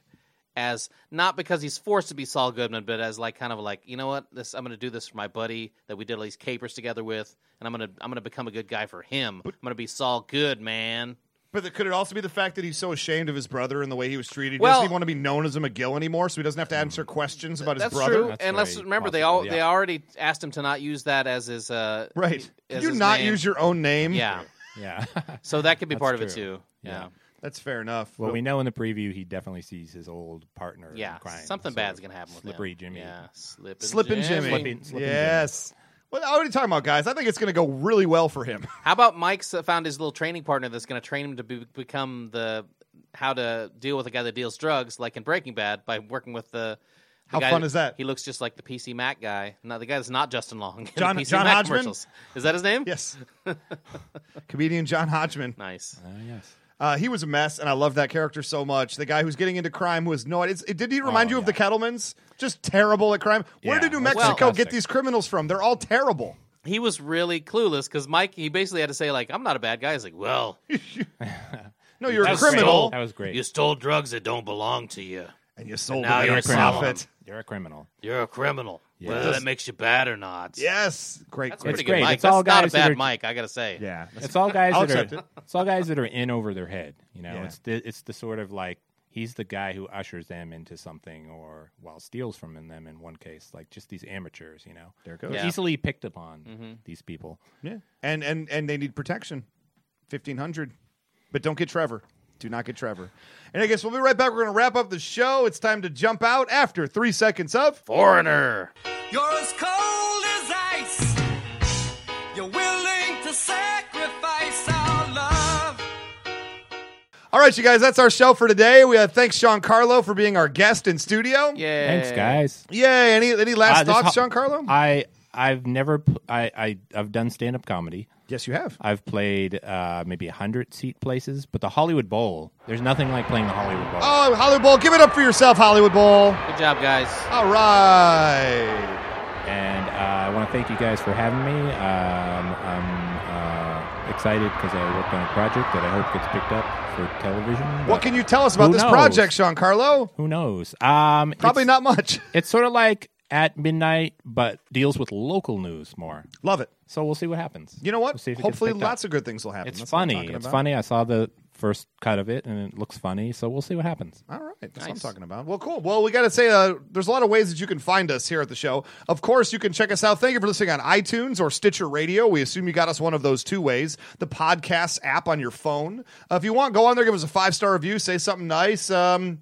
Speaker 1: as not because he's forced to be Saul Goodman, but as like kind of like, you know what, this I'm going to do this for my buddy that we did all these capers together with, and I'm gonna I'm gonna become a good guy for him. I'm gonna be Saul Goodman.
Speaker 2: But the, could it also be the fact that he's so ashamed of his brother and the way he was treated? He
Speaker 1: Well-
Speaker 2: doesn't even want to be known as a McGill anymore, so he doesn't have to answer questions about
Speaker 1: That's
Speaker 2: his brother.
Speaker 1: true.
Speaker 3: That's
Speaker 1: and let's
Speaker 3: very
Speaker 1: remember they
Speaker 3: possible,
Speaker 1: all
Speaker 3: yeah.
Speaker 1: they already asked him to not use that as his uh
Speaker 2: Right.
Speaker 1: as
Speaker 2: Could you
Speaker 1: his
Speaker 2: not
Speaker 1: name.
Speaker 2: use your own name?
Speaker 1: yeah.
Speaker 3: Yeah.
Speaker 1: So that could be part of it
Speaker 3: true.
Speaker 1: too. yeah.
Speaker 3: Yeah.
Speaker 2: That's fair enough.
Speaker 3: well, we know in the preview he definitely sees his old partner. in
Speaker 1: Yeah,
Speaker 3: crime,
Speaker 1: something
Speaker 3: so
Speaker 1: bad's gonna happen with
Speaker 3: slippery
Speaker 1: him.
Speaker 3: Jimmy.
Speaker 1: Yeah, slipping,
Speaker 2: Slippin' Jimmy.
Speaker 3: Slippin'- Slippin'
Speaker 2: yes. Well, what are you talking about, guys? I think it's going to go really well for him.
Speaker 1: How about Mike's uh, found his little training partner that's gonna train him to be, become the how to deal with a guy that deals drugs, like in Breaking Bad, by working with the. the
Speaker 2: How
Speaker 1: guy
Speaker 2: fun is that?
Speaker 1: He looks just like the PC Mac guy. No, the guy that's not Justin Long. in the
Speaker 2: John-
Speaker 1: PC
Speaker 2: John
Speaker 1: Mac
Speaker 2: Hodgman?
Speaker 1: commercials. Is that his name?
Speaker 2: yes. Comedian John Hodgman.
Speaker 1: Nice.
Speaker 3: Oh, yes.
Speaker 2: Uh, he was a mess, and I love that character so much. The guy who's getting into crime who is no. It's, it, did he remind
Speaker 3: Oh,
Speaker 2: you of
Speaker 3: yeah.
Speaker 2: the Kettlemans? Just terrible at crime. Where
Speaker 3: Yeah,
Speaker 2: did New
Speaker 3: that's
Speaker 2: Mexico get
Speaker 3: fantastic.
Speaker 2: these criminals from? They're all terrible.
Speaker 1: He was really clueless because Mike. He basically had to say like, "I'm not a bad guy." He's like, "Well,
Speaker 2: No, you're a
Speaker 1: That's great.
Speaker 2: criminal,
Speaker 3: That was great.
Speaker 1: you stole drugs that don't belong to you.
Speaker 2: and you sold
Speaker 1: Now
Speaker 2: it
Speaker 1: you're
Speaker 2: at
Speaker 1: a
Speaker 2: a
Speaker 1: criminal.
Speaker 2: profit.
Speaker 3: You're a criminal.
Speaker 1: You're a criminal.
Speaker 3: Yeah.
Speaker 1: Whether that makes you bad or not."
Speaker 2: Yes, great.
Speaker 1: That's a
Speaker 2: great.
Speaker 1: pretty
Speaker 3: great.
Speaker 1: good mic.
Speaker 3: It's all
Speaker 1: That's not a
Speaker 3: guys that
Speaker 1: bad
Speaker 3: are-
Speaker 1: mic, I gotta say.
Speaker 2: Yeah, that's-
Speaker 3: It's all guys
Speaker 2: I'll
Speaker 3: that are.
Speaker 2: accept
Speaker 3: It's all guys that are in over their head. You know,
Speaker 2: Yeah.
Speaker 3: it's the, it's the sort of like he's the guy who ushers them into something, or while steals from them in one case, like just these amateurs. You know,
Speaker 2: There it goes.
Speaker 3: They're
Speaker 1: Yeah.
Speaker 3: easily picked upon. These people.
Speaker 2: yeah. And and and they need protection. Fifteen hundred, but don't get Trevor. Do not get Trevor. And I guess we'll be right back. We're going to wrap up the show. It's time to jump out after three seconds of.
Speaker 1: Foreigner.
Speaker 4: You're as cold as ice. You're willing to sacrifice our love.
Speaker 2: All right, you guys, that's our show for today. We uh, thanks Sean Carlo for being our guest in studio.
Speaker 1: Yeah.
Speaker 3: Thanks, guys.
Speaker 2: Yay! Any any last
Speaker 3: Uh,
Speaker 2: thoughts,
Speaker 3: this ho-
Speaker 2: Giancarlo?
Speaker 3: I I've never p- I, I have done stand up comedy.
Speaker 2: yes, you have.
Speaker 3: I've played uh, maybe hundred seat places, but the Hollywood Bowl. There's nothing like playing the Hollywood Bowl.
Speaker 2: Oh, Hollywood Bowl! Give it up for yourself, Hollywood Bowl.
Speaker 1: Good job, guys.
Speaker 2: All right.
Speaker 3: And uh, I want to thank you guys for having me. Um, I'm uh, excited because I worked on a project that I hope gets picked up for television.
Speaker 2: What
Speaker 3: but
Speaker 2: can you tell us about
Speaker 3: Who
Speaker 2: this
Speaker 3: knows?
Speaker 2: project, Giancarlo?
Speaker 3: Who knows? Um,
Speaker 2: Probably
Speaker 3: it's,
Speaker 2: not much.
Speaker 3: It's sort of like at midnight, but deals with local news more.
Speaker 2: Love it.
Speaker 3: So we'll see what happens.
Speaker 2: You know
Speaker 3: We'll
Speaker 2: what?
Speaker 3: see if it gets
Speaker 2: Hopefully,
Speaker 3: picked up.
Speaker 2: lots of good things will happen.
Speaker 3: It's
Speaker 2: That's what I'm
Speaker 3: funny.
Speaker 2: talking
Speaker 3: It's
Speaker 2: about.
Speaker 3: funny. I saw the first cut of it, and it looks funny. So we'll see what happens.
Speaker 2: All right, that's what I'm
Speaker 1: Nice.
Speaker 2: talking about. Well, cool. Well, we got to say, uh, there's a lot of ways that you can find us here at the show. Of course, you can check us out. Thank you for listening on iTunes or Stitcher Radio. We assume you got us one of those two ways. The podcast app on your phone. Uh, if you want, go on there, give us a five star review, say something nice. Um,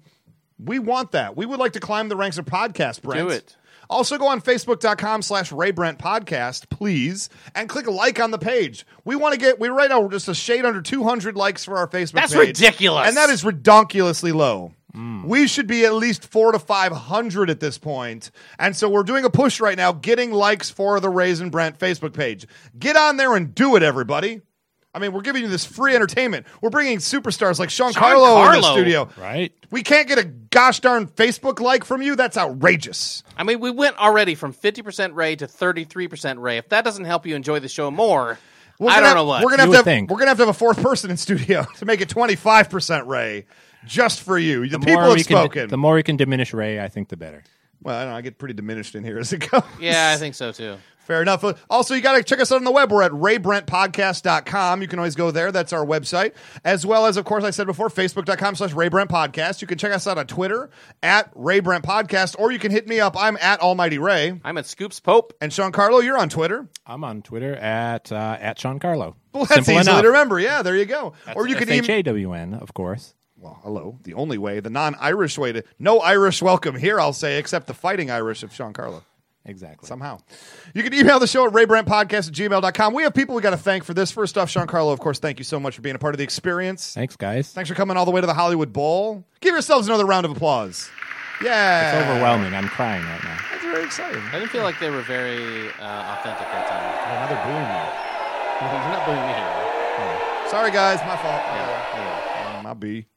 Speaker 2: we want that. We would like to climb the ranks of podcast, Brent.
Speaker 1: Do it.
Speaker 2: Also, go on Facebook.com slash Ray Brent Podcast, please, and click like on the page. We want to get, we right now, we're just a shade under 200 likes for our Facebook
Speaker 1: That's
Speaker 2: page.
Speaker 1: ridiculous.
Speaker 2: And that is redonkulously low. We should be at least four to 500 at this point. And so we're doing a push right now, getting likes for the Raisin Brent Facebook page. Get on there and do it, everybody. I mean, we're giving you this free entertainment. We're bringing superstars like Sean, Carlo, in the
Speaker 1: Carlo.
Speaker 2: studio.
Speaker 3: Right?
Speaker 2: We can't get a gosh darn Facebook like from you. That's outrageous.
Speaker 1: I mean, we went already from 50% Ray to 33% Ray. If that doesn't help you enjoy the show more,
Speaker 2: We're
Speaker 1: I
Speaker 2: gonna
Speaker 1: don't
Speaker 2: have-
Speaker 1: know what.
Speaker 2: We're gonna have
Speaker 3: You
Speaker 2: to
Speaker 3: would
Speaker 2: have,
Speaker 3: think.
Speaker 2: we're gonna have to have a fourth person in studio to make it twenty five percent Ray, just for you. The, people
Speaker 3: more
Speaker 2: have
Speaker 3: we can,
Speaker 2: spoken.
Speaker 3: The more we can diminish Ray, I think the better.
Speaker 2: well, I don't know. I get pretty diminished in here as it goes.
Speaker 1: yeah, I think so too.
Speaker 2: Fair enough. Uh, Also, you got to check us out on the web. We're at raybrentpodcast.com. You can always go there. That's our website. As well as, of course, I said before, facebook.com slash raybrentpodcast. You can check us out on Twitter at raybrentpodcast, or you can hit me up. I'm at almighty ray.
Speaker 1: I'm at Scoops Pope.
Speaker 2: And Sean Carlo, you're on Twitter.
Speaker 3: I'm on Twitter at uh, at Sean Carlo.
Speaker 2: Well, that's
Speaker 3: Simple
Speaker 2: easy
Speaker 3: enough.
Speaker 2: to remember. Yeah, there you go. or you can
Speaker 3: H
Speaker 2: email.
Speaker 3: A W N, of course.
Speaker 2: Well, hello. The only way, the non-Irish way to no Irish welcome here. I'll say, except the fighting Irish of Sean Carlo.
Speaker 3: Exactly.
Speaker 2: somehow. You can email the show at raybrandpodcast at gmail.com. We have people we got to thank for this. First off, Sean Carlo, of course, thank you so much for being a part of the experience.
Speaker 3: Thanks, guys.
Speaker 2: Thanks for coming all the way to the Hollywood Bowl. Give yourselves another round of applause. Yeah.
Speaker 3: It's overwhelming. I'm crying right now.
Speaker 2: That's very exciting.
Speaker 1: I didn't feel like they were very uh, authentic that time.
Speaker 3: Oh, Another balloon.
Speaker 1: You're not blaming me here.
Speaker 2: Sorry, guys. My fault. Um, I'll be.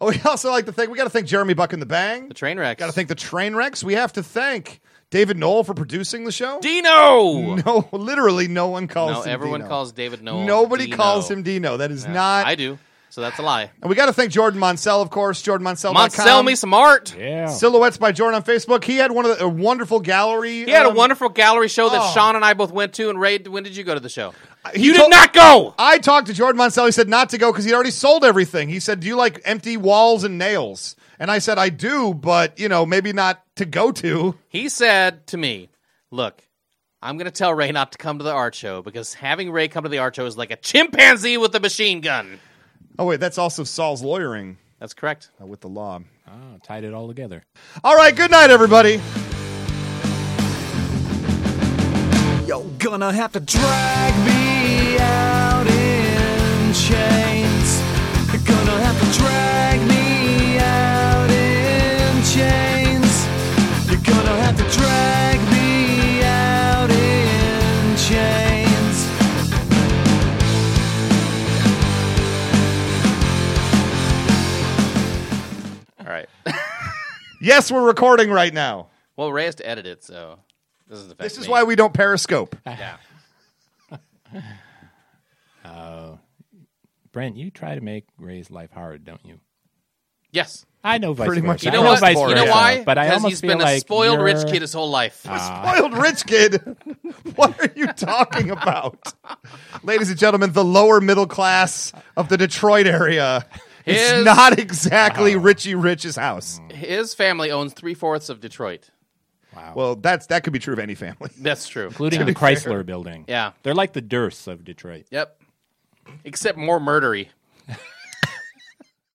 Speaker 2: Oh, we also like to thank, we got to thank Jeremy Buck and the Bang.
Speaker 1: The train wreck.
Speaker 2: Got to thank the train wrecks. We have to thank David Knoll for producing the show.
Speaker 1: Dino.
Speaker 2: no, literally no one calls
Speaker 1: no,
Speaker 2: him
Speaker 1: everyone
Speaker 2: Dino.
Speaker 1: calls David Noel.
Speaker 2: Nobody
Speaker 1: Dino.
Speaker 2: calls him Dino. That is
Speaker 1: Yeah,
Speaker 2: not.
Speaker 1: I do. So that's a lie.
Speaker 2: And we got to thank Jordan Monsell, of course. Jordan Monsell.
Speaker 1: Mont, sell me some art.
Speaker 3: Yeah.
Speaker 2: Silhouettes by Jordan on Facebook. He had one of the, a wonderful gallery.
Speaker 1: He had a
Speaker 2: um,
Speaker 1: wonderful gallery show that
Speaker 2: oh.
Speaker 1: Sean and I both went to. And Ray, when did you go to the show?
Speaker 2: he
Speaker 1: you
Speaker 2: told-
Speaker 1: did not go.
Speaker 2: I talked to Jordan Monsell. He said not to go because he'd already sold everything. He said, "Do you like empty walls and nails?" And I said, "I do, but you know, maybe not to go to."
Speaker 1: He said to me, "Look, I'm going to tell Ray not to come to the art show because having Ray come to the art show is like a chimpanzee with a machine gun."
Speaker 2: Oh wait, that's also Saul's lawyering
Speaker 1: That's correct.
Speaker 2: uh, with the law.
Speaker 3: Oh, tied it all together.
Speaker 2: All right, good night, everybody.
Speaker 5: You're gonna have to drag me out in chains. You're gonna have to drag me out in chains. You're gonna have to drag me out in chains.
Speaker 1: All right.
Speaker 2: Yes, we're recording right now.
Speaker 1: well, Ray has to edit it, so this is the
Speaker 2: This is why we don't Periscope.
Speaker 1: Yeah.
Speaker 3: Brent, you try to make Ray's life hard, don't you?
Speaker 1: Yes.
Speaker 3: I know vice
Speaker 2: Pretty much.
Speaker 3: versa.
Speaker 2: You
Speaker 1: You
Speaker 3: I
Speaker 1: know,
Speaker 2: know
Speaker 1: what?
Speaker 2: vice
Speaker 1: you know
Speaker 2: versa,
Speaker 1: why?
Speaker 3: But I
Speaker 1: Because
Speaker 3: almost
Speaker 1: he's
Speaker 3: feel
Speaker 1: been
Speaker 3: like
Speaker 1: a spoiled
Speaker 3: you're- Ah.
Speaker 1: rich kid his whole life.
Speaker 2: Spoiled rich kid. What are you talking about? Ladies and gentlemen, the lower middle class of the Detroit area is
Speaker 1: His-
Speaker 2: not exactly Richie Rich's house.
Speaker 1: His family owns three fourths of Detroit.
Speaker 3: Wow.
Speaker 2: Well, that's that could be true of any family.
Speaker 1: That's true.
Speaker 3: including the Chrysler building.
Speaker 1: Yeah.
Speaker 3: They're like the Durst of Detroit.
Speaker 1: Yep. Except more murdery.